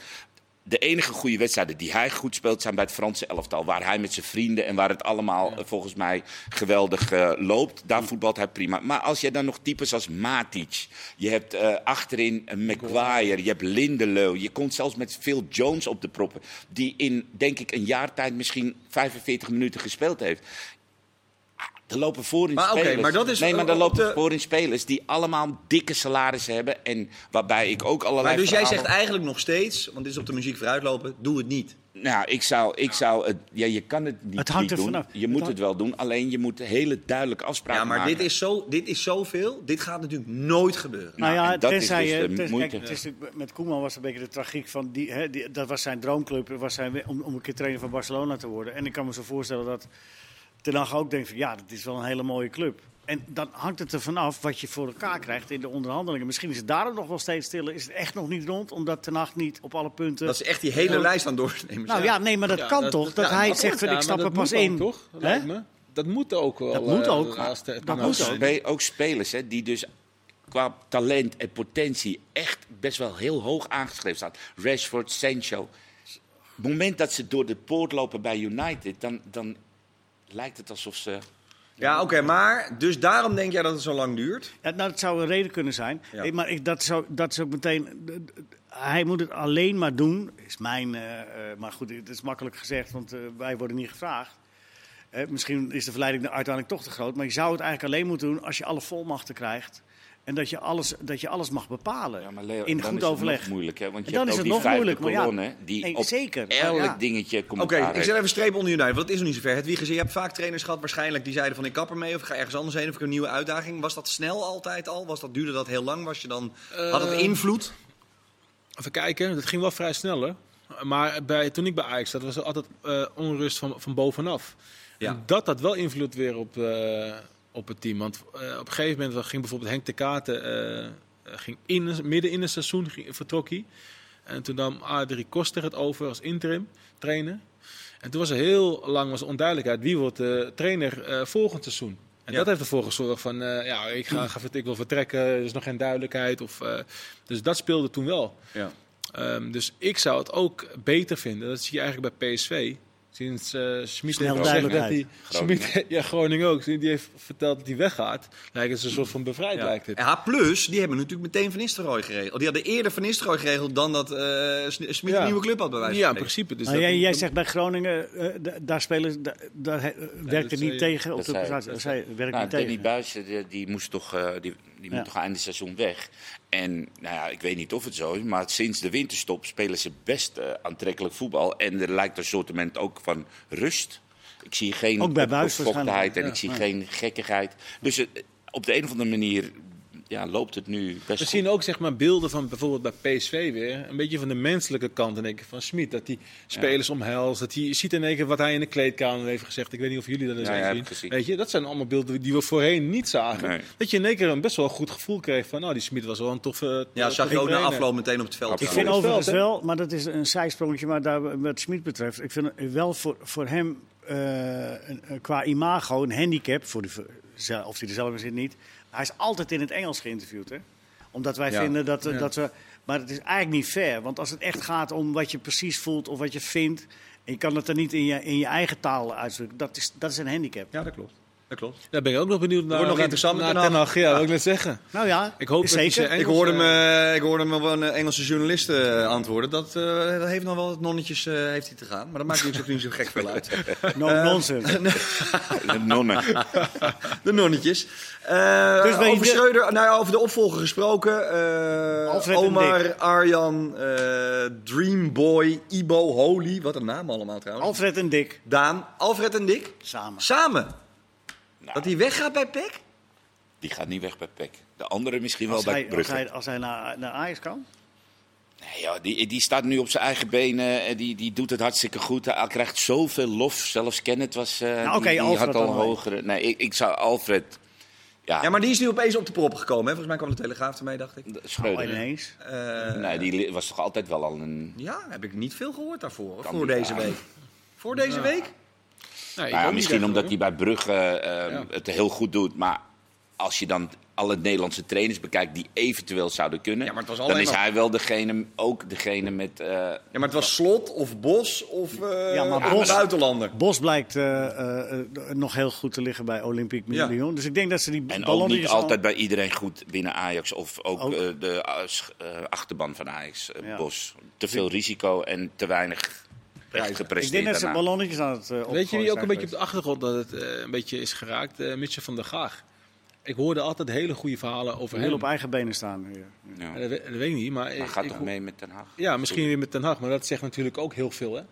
S4: De enige goede wedstrijden die hij goed speelt zijn bij het Franse elftal. Waar hij met zijn vrienden en waar het allemaal eh, volgens mij geweldig eh, loopt. Daar voetbalt hij prima. Maar als je dan nog types als Matic, je hebt eh, achterin een Maguire, je hebt Lindelöf. Je komt zelfs met Phil Jones op de proppen. Die in, denk ik, een jaar tijd misschien 45 minuten gespeeld heeft. Ah, Er lopen voorin
S1: Maar oké,
S4: spelers.
S1: maar dat is-
S4: nee, maar er
S1: op
S4: lopen
S1: de-
S4: voorin spelers die allemaal dikke salarissen hebben. En waarbij ik ook allerlei
S1: Maar dus jij
S4: verhalen-
S1: zegt eigenlijk nog steeds, want dit is op de muziek vooruitlopen, doe het niet.
S4: Nou, ik zou, ik zou het, ja, je kan het niet,
S2: Het hangt
S4: niet
S2: er
S4: doen.
S2: vanaf.
S4: Je
S2: Het
S4: moet
S2: hangt-
S4: het wel doen, alleen je moet hele duidelijke afspraken
S1: Ja, maar
S4: maken.
S1: dit is, zo, dit is zoveel. Dit gaat natuurlijk nooit gebeuren.
S2: Nou
S4: Nou,
S2: ja,
S4: en dat is
S2: tenzij,
S4: dus
S2: je-
S4: de
S2: tenzij-
S4: moeite.
S2: kijk, het is natuurlijk- met Koeman was een beetje de tragiek van die, hè, die dat was zijn droomclub, dat was zijn, we- om, om een keer trainer van Barcelona te worden. En ik kan me zo voorstellen dat Ten Hag ook denkt van ja, dat is wel een hele mooie club. En dan hangt het er vanaf wat je voor elkaar krijgt in de onderhandelingen. Misschien is het daarom nog wel steeds stiller. Is het echt nog niet rond, omdat Ten Hag niet op alle punten.
S1: Dat is echt die hele lijst aan doornemen.
S2: Nou ja, nee, maar dat
S3: Ja,
S2: kan toch? Dat
S1: ja,
S2: hij
S1: dat
S2: zegt van
S3: Ja,
S2: ik
S3: maar
S2: stap
S3: dat
S2: er pas
S3: moet ook,
S2: in.
S3: toch?
S2: Hè?
S3: Lijkt me. Dat moet ook wel.
S2: Dat moet
S3: eh,
S2: ook.
S3: laatste-
S2: Dat
S3: nou,
S2: moet
S4: Ook
S2: ook.
S4: spe- ook spelers hè, die dus qua talent en potentie echt best wel heel hoog aangeschreven staan. Rashford, Sancho. Het moment dat ze door de poort lopen bij United, dan, dan lijkt het alsof ze...
S1: Ja, oké, maar dus daarom denk jij dat het zo lang duurt?
S2: Ja, nou, dat zou een reden kunnen zijn.
S1: Ja.
S2: Eh, Maar ik, dat, zou, dat is ook meteen. d- d- Hij moet het alleen maar doen, is mijn. eh, eh, maar goed, het is makkelijk gezegd, want eh, wij worden niet gevraagd. Eh, misschien is de verleiding uiteindelijk toch te groot. Maar je zou het eigenlijk alleen moeten doen als je alle volmachten krijgt. En dat je alles, dat je alles mag bepalen.
S4: Ja, maar Leo,
S2: in
S4: dan
S2: goed
S4: is het
S2: overleg.
S4: nog moeilijk, hè? Want
S2: En
S4: je
S2: dan
S4: hebt
S2: is
S4: ook
S2: het nog
S4: die vijfde
S2: moeilijk, maar ja.
S4: kolonne die
S2: Nee,
S4: op
S2: zeker. Maar
S4: elk
S2: ja.
S4: dingetje
S1: Oké,
S4: commentaar
S1: Nou, ik
S4: heeft.
S1: zet even een streep onder United, want dat is nog niet zo ver. Hedwig, je hebt vaak trainers gehad waarschijnlijk die zeiden van ik kap ermee of ik ga ergens anders heen of ik heb een nieuwe uitdaging. Was dat snel altijd al? Was dat, duurde dat heel lang? Was je dan, had dat
S3: Eh,
S1: invloed?
S3: Even kijken, dat ging wel vrij snel hoor. Maar bij, toen ik bij Ajax zat, was er altijd eh, onrust van, van bovenaf.
S1: Ja.
S3: En dat had wel invloed weer op, eh, op het team. Want eh, op een gegeven moment dan ging bijvoorbeeld Henk de Katen, eh, ging in, midden in het seizoen ging, vertrok hij. En toen nam Adrie Koster het over als interim trainer. En toen was er heel lang was er onduidelijkheid wie wordt eh, trainer eh, volgend seizoen. En
S1: Ja.
S3: dat heeft ervoor gezorgd van, eh, ja, ik, ga, ga, ik wil vertrekken, er is nog geen duidelijkheid. Of, eh, dus dat speelde toen wel.
S1: Ja.
S3: Ehm, dus ik zou het ook beter vinden. Dat zie je eigenlijk bij PSV. Sinds eh Schmid
S2: Snel
S3: heeft gezegd dat
S2: duidelijkheid.
S3: hij...
S4: Groningen.
S3: Schmid, ja, Groningen ook. Die heeft verteld dat hij weggaat. Lijkt het een soort van bevrijd,
S1: Ja.
S3: lijkt het.
S1: En H plus, die hebben natuurlijk meteen Van Nistelrooy geregeld. Oh, Die hadden eerder Van Nistelrooy geregeld dan dat eh Smit
S3: Ja.
S1: een nieuwe club had bij wijze van
S3: Ja,
S1: spreken.
S3: in principe. Dus
S2: Nou,
S3: dat-
S2: jij, jij
S3: dat-
S2: zegt bij Groningen, eh, da- daar spelen, da- daar he-
S3: dat
S2: werkt het
S3: zei
S2: niet
S3: je.
S2: tegen op
S4: Dat
S2: de
S4: zei ik,
S2: prestatie. Dat zei- werkt
S4: Nou,
S2: niet tegen.
S4: Danny Buis die, die moest toch, eh, die, die
S2: Ja.
S4: moet toch einde seizoen weg. En nou ja, ik weet niet of het zo is, maar sinds de winterstop spelen ze best eh, aantrekkelijk voetbal. En er lijkt een soortement ook van rust. Ik zie geen
S2: Ook bij Buijs
S4: opgevochtheid
S2: waarschijnlijk,
S4: en
S3: ja.
S4: ik zie geen gekkigheid. Dus eh, op de een of andere manier ja, loopt het nu best
S3: We
S4: goed.
S3: zien ook zeg maar, beelden van bijvoorbeeld bij PSV weer. Een beetje van de menselijke kant en ik, van Smit. Dat hij spelers omhelst. Dat hij je ziet in één keer wat hij in de kleedkamer heeft gezegd. Ik weet niet of jullie dat eens
S4: Ja,
S3: hebben gezien.
S4: ja, heb ik gezien.
S3: Weet je, dat zijn allemaal beelden die we voorheen niet zagen.
S4: Nee.
S3: Dat je in één keer een best wel goed gevoel kreeg van... Nou, die Smit was wel een toffe
S1: Ja, zag je ook na
S3: trainer.
S1: afloop meteen op het veld.
S4: Ik
S2: Ik
S1: staan.
S2: vind
S3: Ja.
S2: overigens
S3: Veld, hè?
S2: wel, maar dat is een zijsprongetje, maar daar, wat Smit betreft, ik vind wel voor, voor hem eh, een- een- qua imago een handicap, voor die, voor- ze- of hij er zelf in zit niet. Hij is altijd in het Engels geïnterviewd, hè? Omdat wij
S1: Ja.
S2: vinden dat, eh,
S3: Ja.
S2: dat we. Maar het is eigenlijk niet fair, want als het echt gaat om wat je precies voelt of wat je vindt. En je kan het dan niet in je, in je eigen taal uitdrukken. Dat is, dat is een handicap.
S1: Ja, dat klopt. Dat klopt.
S3: Daar ben ik ook nog benieuwd naar.
S1: Wordt nog interessant met
S3: naar
S1: Ten Hag.
S3: Ten Hag, ja, wil ik net zeggen.
S2: Nou ja,
S3: Ik hoop
S2: is
S3: dat hij
S2: zeker.
S3: zijn
S1: Ik
S3: Engels,
S1: hoorde,
S3: eh,
S1: hem, ik hoorde hem op een eh, Engelse journalist eh, antwoorden. Dat, eh, dat heeft nog wel wat nonnetjes eh, heeft hij te gaan. Maar dat maakt natuurlijk niet zo gek veel uit.
S2: No nonsense.
S4: De nonnen.
S1: De nonnetjes. Eh,
S2: Dus ben je
S1: over
S2: de-
S1: Schreuder, nou ja, over de opvolger gesproken. eh,
S2: Alfred en
S1: Omar,
S2: Dick.
S1: Arjan, eh, Dreamboy, Ibo, Holy. Wat een naam allemaal trouwens.
S2: Alfred en Dick
S1: Daan, Alfred en Dick.
S2: samen.
S1: Samen.
S4: Nou,
S1: Dat hij weggaat bij PEC?
S4: Die gaat niet weg bij PEC. De andere misschien wel
S2: Als
S4: bij
S2: hij, als
S4: Brugge.
S2: hij, als hij naar, naar Ajax kan.
S4: Nee, joh, die, die staat nu op zijn eigen benen. en Die, die doet het hartstikke goed. Hij krijgt zoveel lof. Zelfs Kenneth was. eh, die-
S2: Nou, oké,
S4: die,
S2: Alfred
S4: had al
S2: dan
S4: een
S2: wel.
S4: hogere. Nee, ik, ik zou Alfred. Ja,
S1: Ja, maar die is nu opeens op de proppen gekomen. Hè? Volgens mij kwam de Telegraaf ermee, dacht ik.
S2: Oh,
S4: Schreuder.
S2: ineens.
S1: Eh,
S4: nee, die li- was toch altijd wel al een.
S1: Ja, heb ik niet veel gehoord daarvoor. hoor,
S4: Kan
S1: Voor
S4: niet,
S1: deze
S4: ja.
S1: week. Voor deze week?
S3: Nou, ik
S4: Nou ja,
S3: ook niet
S4: misschien
S3: echt,
S4: omdat
S3: hoor.
S4: hij bij Brugge eh,
S3: Ja.
S4: het heel goed doet. Maar als je dan alle Nederlandse trainers bekijkt die eventueel zouden kunnen.
S1: Ja, maar het was
S4: dan
S1: alleen
S4: is
S1: maar-
S4: hij wel degene, ook degene met. eh,
S1: Ja, maar het was Slot of Bos of eh
S2: Ja, maar
S1: of
S2: Bos-
S1: buitenlander.
S2: Bos blijkt eh, eh, eh, nog heel goed te liggen bij Olympique
S1: Ja.
S2: Lyon. Dus ik denk dat ze die
S4: en ook
S2: ballon die
S4: niet
S2: ze al-
S4: altijd bij iedereen goed binnen Ajax. Of ook,
S2: Ook.
S4: eh, de eh, sch- eh, achterban van Ajax, eh,
S2: Ja.
S4: Bos. Te veel risico en te weinig echt
S2: Ik denk
S4: gepresteerd
S2: dat ze
S4: daarna.
S2: ballonnetjes aan het uh,
S3: Weet je wie ook een beetje op de achtergrond dat het eh, een beetje is geraakt? Eh Mitchell van der Gaag. Ik hoorde altijd hele goede verhalen over hem.
S2: heel op eigen benen staan. weer.
S4: Ja.
S3: Eh, dat, weet, dat weet ik niet, maar...
S4: Maar
S3: ik-
S4: gaat
S3: ik
S4: toch
S3: hoor-
S4: mee met Den Haag?
S3: Ja, misschien weer met Ten Hag, maar dat zegt natuurlijk ook heel veel, hè?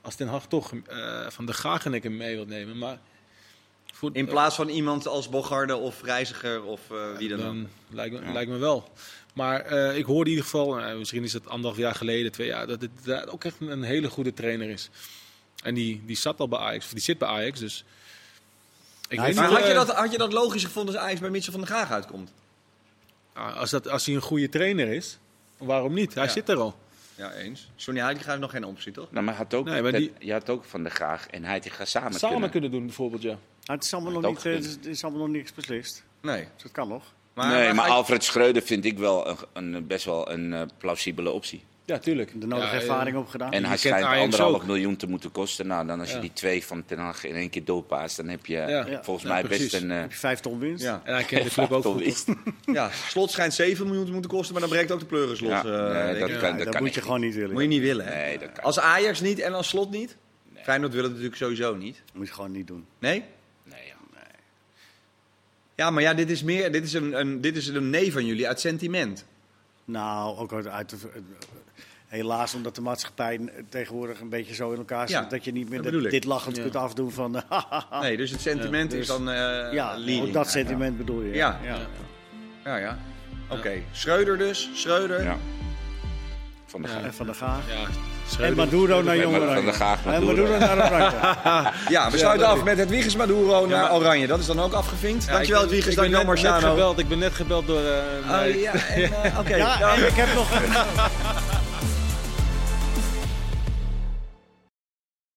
S3: Als Ten Hag toch eh, van der Gaag en ik hem mee wilt nemen, maar... Voor,
S1: In plaats van iemand als Bogarde of Reiziger of eh, wie dan ook.
S3: Dan lijkt, me, lijkt me wel. Maar eh, ik hoorde in ieder geval, eh, misschien is dat anderhalf jaar geleden, twee jaar, dat het daar ook echt een, een hele goede trainer is. En die, die zat al bij Ajax, of die zit bij Ajax, dus. Ik
S2: Hij
S3: weet
S1: Maar
S3: niet,
S1: had je,
S3: eh,
S1: dat, had je dat logisch gevonden als Ajax bij Mitchell van der Graag uitkomt?
S3: ah, als, dat, als hij een goede trainer is, waarom niet? Hij
S1: Ja.
S3: zit er al.
S1: Ja, eens. Johnny Heitinga heeft nog geen optie, toch?
S4: Nou, maar had ook,
S3: Nee, maar
S4: dat-
S3: die-
S4: je had ook Van der Graag en hij die gaan samen,
S3: Samen kunnen.
S4: kunnen.
S3: doen, bijvoorbeeld, ja.
S2: Maar het is allemaal,
S4: Had
S2: nog niet,
S4: ook
S2: eh,
S4: gekund.
S2: het is allemaal nog niks beslist.
S1: Nee.
S2: Dus dat kan nog.
S4: nee, maar
S1: ga je-
S4: Alfred Schreuder vind ik wel een, een- best wel een eh, plausibele optie.
S3: Ja, tuurlijk.
S2: De nodige
S3: Ja,
S2: ervaring
S3: eh,
S2: opgedaan.
S4: En hij
S3: kent
S4: schijnt
S3: Ajax
S4: anderhalf
S3: ook.
S4: miljoen te moeten kosten. Nou, dan als je
S3: Ja.
S4: die twee van Ten Hag in één keer doorpaast, dan heb je
S3: Ja.
S4: volgens
S3: Ja,
S4: mij
S3: precies.
S4: best een... eh,
S2: Heb je vijf ton winst?
S1: Ja.
S3: En hij kent de club ook
S4: toch
S3: goed.
S4: iets.
S1: ja, slot schijnt 7 miljoen te moeten kosten, maar dan breekt ook de pleuris los.
S4: Ja,
S1: eh,
S4: nee,
S1: denk
S4: dat
S1: ik.
S2: Ja,
S4: kan-
S2: dat
S4: kan
S2: moet
S4: echt
S2: je gewoon niet willen.
S1: Moet je niet willen, hè?
S4: Nee, dat kan
S1: Als Ajax niet en als slot niet? Feyenoord wil het natuurlijk sowieso niet.
S2: Moet je gewoon niet doen.
S1: Nee?
S4: Nee, joh.
S1: Ja, maar ja, dit is meer. Dit is een, een, dit is een nee van jullie uit sentiment.
S2: Nou, ook uit, uit de- eh, helaas omdat de maatschappij eh, tegenwoordig een beetje zo in elkaar zit
S1: Ja,
S2: dat je niet meer
S1: dat
S2: dat-
S1: bedoel ik.
S2: dit lachend kunt afdoen van.
S1: Nee, dus het sentiment is dan. eh
S2: Ah. ja,
S1: leading.
S2: ook dat sentiment bedoel je.
S1: Ja.
S2: ja.
S1: Ja, ja. Oké, Schreuder dus. Schreuder.
S4: Ja. Van de
S3: Ja.
S4: Gaag.
S2: En Van der Gaag.
S3: Ja,
S2: En
S3: Schreuder-
S2: Maduro naar Jong
S4: maar Van der
S2: Oranje.
S4: Gaag naar
S2: En
S4: Maduro.
S2: Maduro naar Oranje.
S1: Ja, we sluiten af met het Wiegers Maduro naar Oranje. Dat is dan ook afgevinkt.
S3: Ja,
S1: Dankjewel, het
S3: ik ben-
S1: Wiegers.
S3: ik ben
S1: Dankjewel,
S3: net- net
S1: Marciano.
S3: gebeld, Ik ben net gebeld door... eh,
S1: Oh, ja, en, eh, oké.
S2: Ja,
S1: nou,
S2: en ik heb nog...